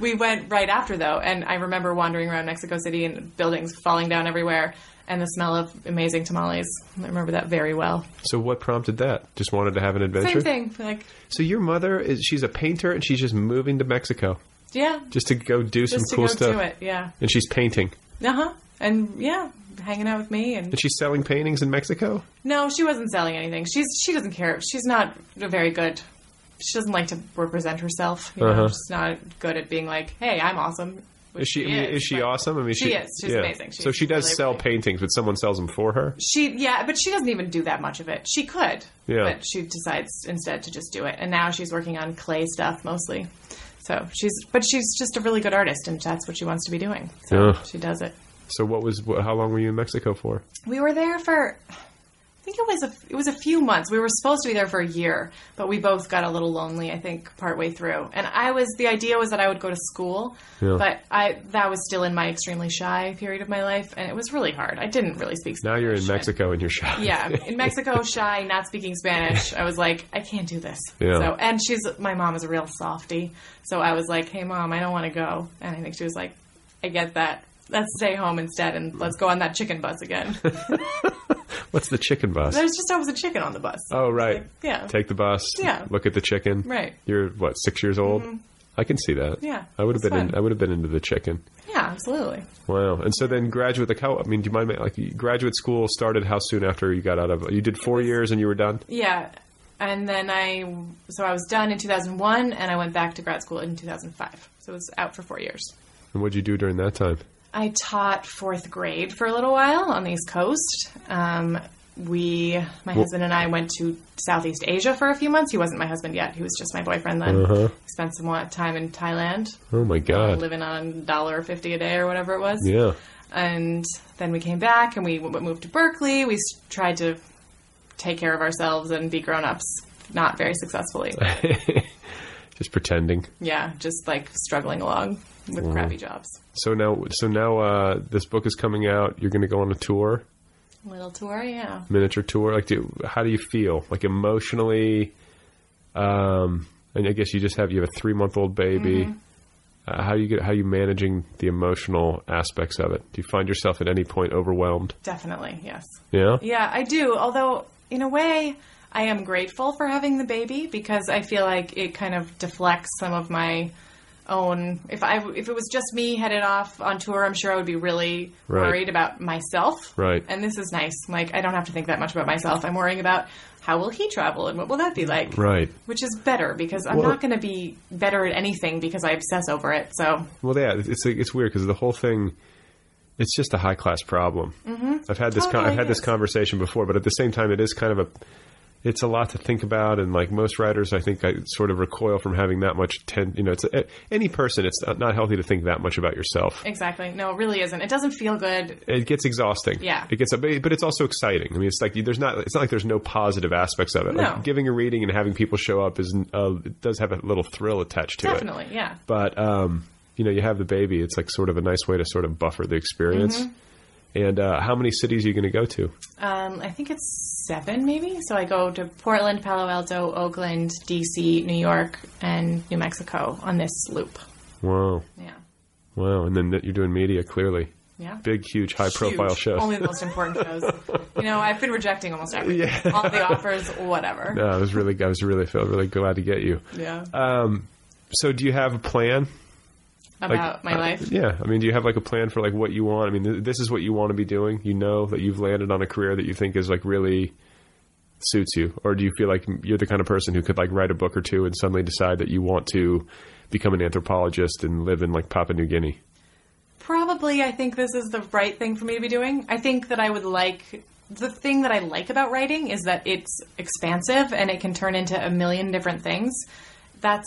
we went right after though, and I remember wandering around Mexico City and buildings falling down everywhere, and the smell of amazing tamales. I remember that very well.
So what prompted that? Just wanted to have an adventure.
Same thing, like
So your mother is she's a painter and she's just moving to Mexico
yeah,
just to go do some
just to
cool
go
stuff.
to it, yeah,
And she's painting.
uh huh, and yeah, hanging out with me and
And she's selling paintings in Mexico?
no, she wasn't selling anything. She's she doesn't care. She's not very good. She doesn't like to represent herself. You know?
Uh-huh.
She's not good at being like, hey, I'm awesome.
Is she, I mean, is, she
but-
awesome? I mean,
she, is. She's
yeah.
amazing. She's
so she does
really,
sell paintings, but someone sells them for her.
She yeah, but she doesn't even do that much of it. She could,
Yeah.
but she decides instead to just do it. And now she's working on clay stuff mostly. So she's but she's just a really good artist, and that's what she wants to be doing. So
Yeah.
she does it.
So what was wh- how long were you in Mexico for?
We were there for I think it was a it was a few months. We were supposed to be there for a year, but we both got a little lonely. I think partway through, and I was the idea was that I would go to school,
Yeah.
but I that was still in my extremely shy period of my life, and it was really hard. I didn't really speak.
Now you're in Mexico and you're shy.
yeah, in Mexico, shy, not speaking Spanish. I was like, I can't do this.
Yeah.
So, and she's my mom is a real softy, so I was like, Hey, mom, I don't want to go. And I think she was like, I get that. Let's stay home instead, and let's go on that chicken bus again.
What's the chicken bus?
There's just always a chicken on the bus.
Oh right.
yeah.
Take the bus.
Yeah.
Look at the chicken.
Right.
You're what six years old?
Mhm.
I can see that.
Yeah,
I would have
it's
been. In,
fun.
I would have been into the chicken.
Yeah, absolutely.
Wow. And so then graduate like how? I mean, do you mind ma- like you- graduate school started how soon after you got out of? You did four years and you were done.
Yeah. And then I, so I was done in 2001, and I went back to grad school in 2005. So I was out for four years.
And what'd you do during that time?
I taught fourth grade for a little while on the East Coast. Um, we, my
Wha-
husband and I, went to Southeast Asia for a few months. He wasn't my husband yet; he was just my boyfriend then.
Uh-huh.
Spent some wa- time in Thailand,
Oh my
uh,
god.
living on a dollar fifty a day or whatever it was.
Yeah.
And then we came back and we w- moved to Berkeley. We s- tried to take care of ourselves and be grown ups, not very successfully.
Just pretending.
yeah, just like struggling along with
Wow.
crappy jobs.
So now, so now uh, this book is coming out. You're going to go on a tour.
Little tour, yeah.
miniature tour? Like, do how do you feel? Like emotionally, um, and I guess you just have you have a three month old baby.
Mhm.
Uh, how you get how you managing the emotional aspects of it? Do you find yourself at any point overwhelmed?
Definitely, yes.
Yeah,
Yeah, I do. Although, in a way, I am grateful for having the baby because I feel like it kind of deflects some of my own. If I if it was just me headed off on tour, I'm sure I would be really
Right.
worried about myself.
Right.
And this is nice. Like I don't have to think that much about myself. I'm worrying about how will he travel and what will that be like.
right.
Which is better because I'm
Well-
not going to be better at anything because I obsess over it. So
Well, yeah, it's like, it's weird because the whole thing, it's just a high class problem.
Mhm.
I've had this con-
Totally,
I've had this
yes.
conversation before, but at the same time, it is kind of a it's a lot to think about, and like most writers, I think I sort of recoil from having that much. Ten, you know, it's a, any person, it's not healthy to think that much about yourself.
exactly. No, it really isn't. It doesn't feel good.
It gets exhausting.
Yeah.
it gets, but but it's also exciting. I mean, it's like there's not. It's not like there's no positive aspects of it.
No.
Like giving a reading and having people show up is uh, it does have a little thrill attached to it.
Definitely. Yeah.
But um, you know, you have the baby. It's like sort of a nice way to sort of buffer the experience.
Mhm.
And uh, how many cities are you going to go to?
Um, I think it's seven, maybe. So I go to Portland, Palo Alto, Oakland, DC, New York, and New Mexico on this loop.
Wow,
Yeah,
wow! And then that you're doing media clearly.
yeah.
Big, huge, high-profile
Huge.
shows.
Only the most important shows. you know, I've been rejecting almost everything.
Yeah.
All the offers, whatever.
no, I was really, I was really, felt really glad to get you.
Yeah.
Um, so, do you have a plan Like,
About my
uh,
life.
Yeah, I mean, do you have like a plan for like what you want? I mean, th- this is what you want to be doing. You know that you've landed on a career that you think is like really suits you, or do you feel like you're the kind of person who could like write a book or two and suddenly decide that you want to become an anthropologist and live in like Papua New Guinea?
Probably, I think this is the right thing for me to be doing. I think that I would like. The thing that I like about writing is that it's expansive and it can turn into a million different things. That's.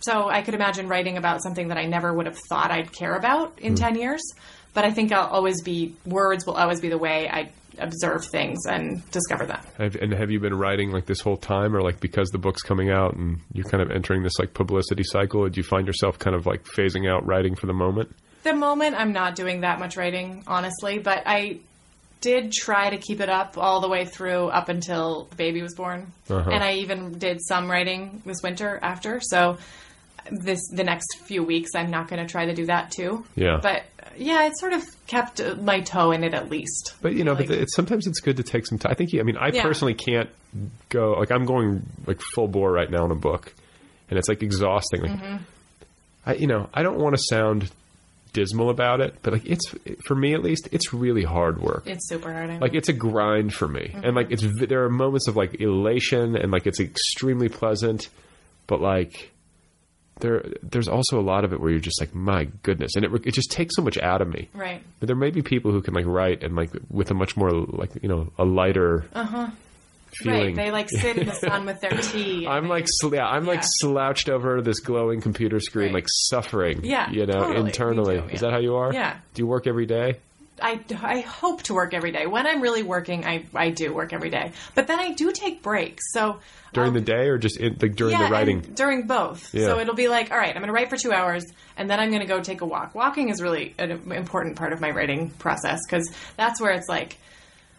So I could imagine writing about something that I never would have thought I'd care about in 10 years. But I think I'll always be. Words will always be the way I observe things and discover them.
Have, and have you been writing like this whole time, or like because the book's coming out and you're kind of entering this like publicity cycle? Or do you find yourself kind of like phasing out writing for the moment?
the moment I'm not doing that much writing, honestly, but I did try to keep it up all the way through up until the baby was born.
Uh-huh.
And I even did some writing this winter after. So this the next few weeks I'm not going to try to do that too.
Yeah.
But uh, yeah, it sort of kept uh, my toe in it at least.
But you know,
Like-
but it's, sometimes it's good to take some time. I think. I mean, I
Yeah.
personally can't go like I'm going like full bore right now on a book, and it's like exhausting. Like,
Mhm.
I, you know, I don't want to sound dismal about it, but like it's for me at least, it's really hard work.
It's super hard. I know.
Like it's a grind for me, and like it's v- there are moments of like elation, and like it's extremely pleasant, but like there there's also a lot of it where you're just like my goodness and it it just takes so much out of me
Right.
but there may be people who can like write and like with a much more like you know a lighter
Uh huh.
feeling
Right. They like sit in the sun with their tea.
I'm like sl- yeah, I'm like
Yeah.
slouched over this glowing computer screen, like suffering.
Yeah,
you know,
totally. Me
internally.
too,
Is that how you are?
Yeah.
Do you work every day?
I, I hope to work every day. When I'm really working, I, I do work every day. But then I do take breaks. So uh,
During the day or just in, like during
Oh. yeah,
the writing?
and during both.
Yeah.
So it'll be like, all right, I'm going to write for two hours, and then I'm going to go take a walk. Walking is really an important part of my writing process because that's where it's like,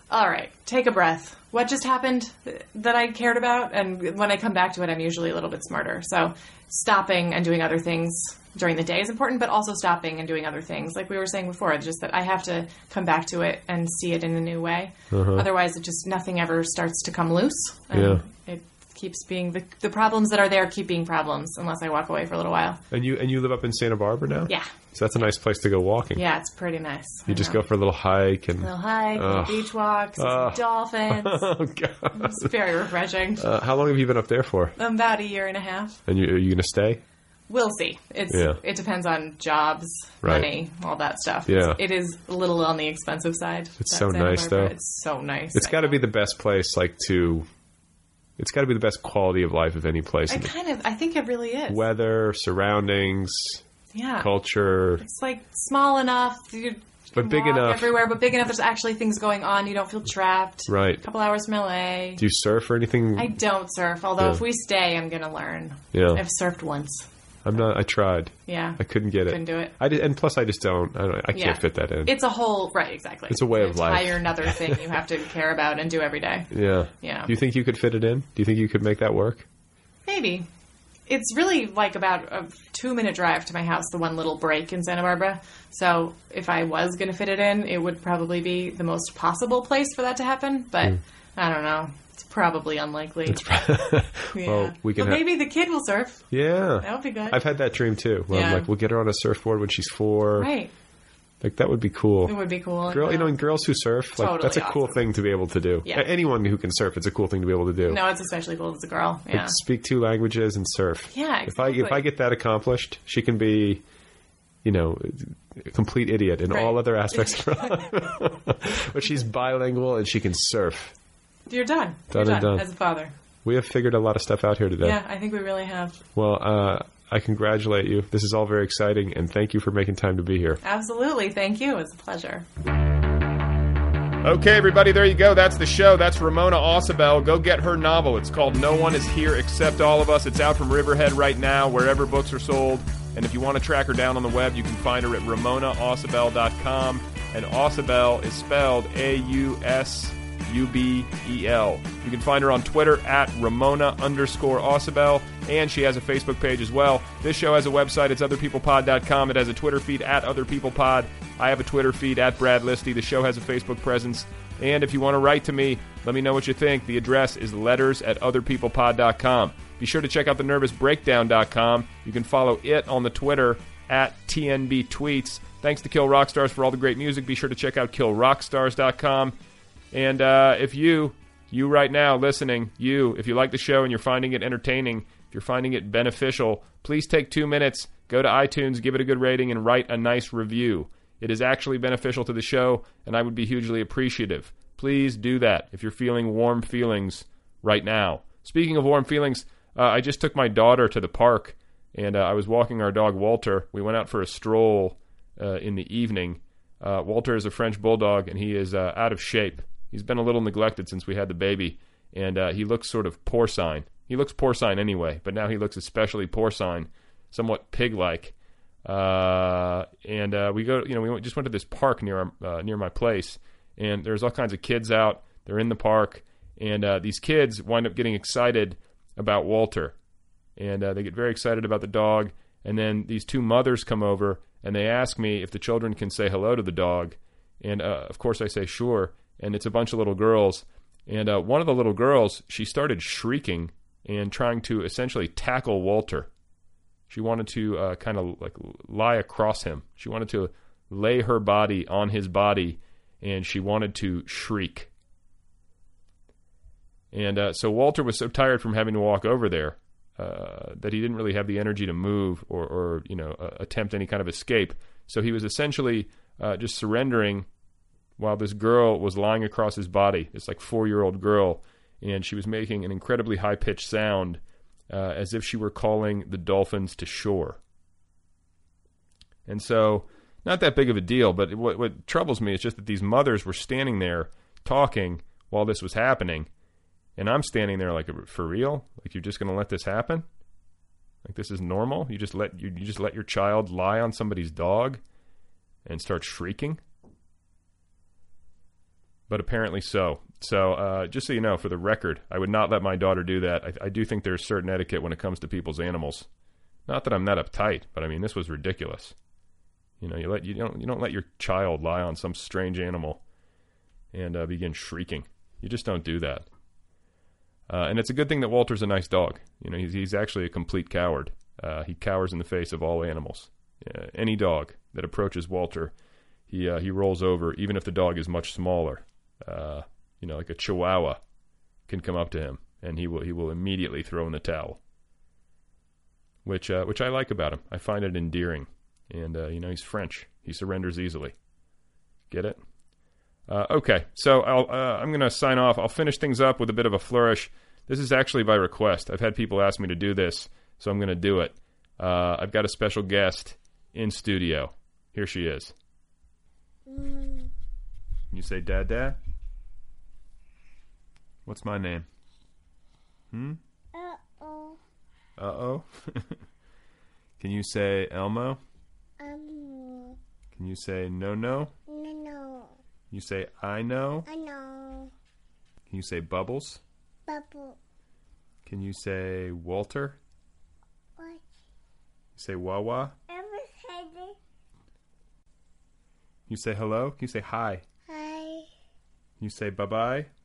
all right, take a breath. What just happened that I cared about? And when I come back to it, I'm usually a little bit smarter. So stopping and doing other things during the day is important, but also stopping and doing other things. Like we were saying before, it's just that I have to come back to it and see it in a new way.
Uh-huh.
Otherwise, it just nothing ever starts to come loose. and
Yeah.
It keeps being the, the problems that are there keep being problems unless I walk away for a little while.
And you and you live up in Santa Barbara now?
Yeah.
So that's a nice place to go walking.
Yeah, it's pretty nice.
You just go for a little hike and
Little hike,
Ugh.
beach walks,
Ugh.
dolphins.
Oh god.
It's very refreshing.
Uh, how long have you been up there for?
About a year and a half.
And you, are you going to stay?
We'll see. It's
Yeah.
it depends on jobs,
Right.
money, all that stuff.
Yeah.
It's, it is a little on the expensive side.
It's
That
so
Santa
nice,
Barbara.
though.
It's so nice.
It's got to be the best place, like to. It's got to be the best quality of life of any place.
I kind of I think it really is.
Weather, surroundings,
Yeah.
culture,
It's like small enough, you can
but big
walk
enough.
everywhere, but big enough. There's actually things going on. You don't feel trapped.
Right.
A couple hours from LA.
Do you surf or anything?
I don't surf, although
Yeah.
if we stay, I'm going to learn.
Yeah.
I've surfed once.
I'm not. I tried.
Yeah.
I couldn't get it.
Couldn't do it.
I did, and plus, I just don't. I, don't, I
Yeah.
can't fit that in.
It's a whole right, exactly.
It's a way
An
of life.
Entire another thing you have to care about and do every day.
yeah.
Yeah.
Do you think you could fit it in? Do you think you could make that work?
Maybe. It's really like about a two minute drive to my house, the one little break in Santa Barbara. So if I was going to fit it in, it would probably be the most possible place for that to happen. But
Mm.
I don't know. It's probably unlikely. yeah.
Well, we can
But
ha-
maybe the kid will surf.
Yeah.
That would be good.
I've had that dream too. Where I'm
Yeah.
like, we'll get her on a surfboard when she's four.
Right.
Like that would be cool.
It would be cool.
Girl, you know, and girls who surf, like
Totally
that's a cool
awesome.
thing to be able to do.
Yeah.
A- Anyone who can surf, it's a cool thing to be able to do.
No, it's especially cool as a girl. Yeah.
Like, speak two languages and surf.
Yeah,
If I if I
exactly.
get that accomplished, she can be, you know, a complete idiot in all other aspects of her life. but she's bilingual and she can surf.
You're done.
Done
You're
and
done
done.
as a father.
We have figured a lot of stuff out here today.
Yeah, I think we really have.
Well, uh, I congratulate you. This is all very exciting, and thank you for making time to be here.
Absolutely. Thank you. It's a pleasure.
Okay, everybody, there you go. That's the show. That's Ramona Ossabell. Go get her novel. It's called No One Is Here Except All of Us. It's out from Riverhead right now, wherever books are sold. And if you want to track her down on the web, you can find her at ramonaossabell.com. And Ossabell is spelled A U S U B E L. You can find her on Twitter at Ramona underscore Ossabell, and she has a Facebook page as well. This show has a website, it's otherpeoplepod.com. It has a Twitter feed at otherpeoplepod. I have a Twitter feed at Brad Listy. The show has a Facebook presence. And if you want to write to me, let me know what you think. The address is letters at otherpeoplepod.com. Be sure to check out thenervousbreakdown.com. You can follow it on the Twitter at TNB Tweets. Thanks to Kill Rockstars for all the great music. Be sure to check out killrockstars.com. And uh, if you, you right now listening, you, if you like the show and you're finding it entertaining, if you're finding it beneficial, please take two minutes, go to iTunes, give it a good rating, and write a nice review. It is actually beneficial to the show, and I would be hugely appreciative. Please do that if you're feeling warm feelings right now. Speaking of warm feelings, uh, I just took my daughter to the park, and uh, I was walking our dog Walter. We went out for a stroll uh, in the evening. Uh, Walter is a French bulldog, and he is uh, out of shape. He's been a little neglected since we had the baby, and uh, he looks sort of porcine. He looks porcine anyway, but now he looks especially porcine, somewhat pig-like. Uh, and uh, we go, you know, we went, just went to this park near our, uh, near my place, and there's all kinds of kids out. They're in the park, and uh, these kids wind up getting excited about Walter and uh, they get very excited about the dog. And then these two mothers come over and they ask me if the children can say hello to the dog. And uh, of course, I say sure. And it's a bunch of little girls. And uh, one of the little girls, she started shrieking and trying to essentially tackle Walter. She wanted to uh, kind of like lie across him. She wanted to lay her body on his body, and she wanted to shriek. And uh, so Walter was so tired from having to walk over there uh, that he didn't really have the energy to move or, or you know uh, attempt any kind of escape. So he was essentially uh, just surrendering while this girl was lying across his body, this like four year old girl, and she was making an incredibly high pitched sound uh, as if she were calling the dolphins to shore. And so, not that big of a deal, but what, what troubles me is just that these mothers were standing there talking while this was happening, and I'm standing there like, for real? Like you're just going to let this happen? Like this is normal? You just let you, you just let your child lie on somebody's dog and start shrieking? but apparently so. So, uh, just so you know, for the record, I would not let my daughter do that. I, I, do think there's certain etiquette when it comes to people's animals. Not that I'm that uptight, but I mean this was ridiculous. You know, you let you don't you don't let your child lie on some strange animal and uh, begin shrieking. You just don't do that. Uh, and it's a good thing that Walter's a nice dog. You know, he's he's actually a complete coward. Uh, he cowers in the face of all animals. Uh, any dog that approaches Walter, he uh, he rolls over, even if the dog is much smaller. Uh, you know, like a chihuahua can come up to him and he will he will immediately throw in the towel. Which uh, which I like about him. I find it endearing. And uh, you know, he's French. He surrenders easily. Get it? Uh, okay, so i am going to sign off. I'll finish things up with a bit of a flourish. This is actually by request. I've had people ask me to do this, so I'm going to do it. Uh, I've got a special guest in studio. Here she is. Mm. You say dad dad? What's my name? Hmm? Uh oh. Uh oh? Can you say Elmo? Elmo. Um, Can you say no no? No no. You say I know? I know. Can you say bubbles? Bubble. Can you say Walter? What? You say Wawa? Ever say You say hello? Can you say hi? You say bye bye.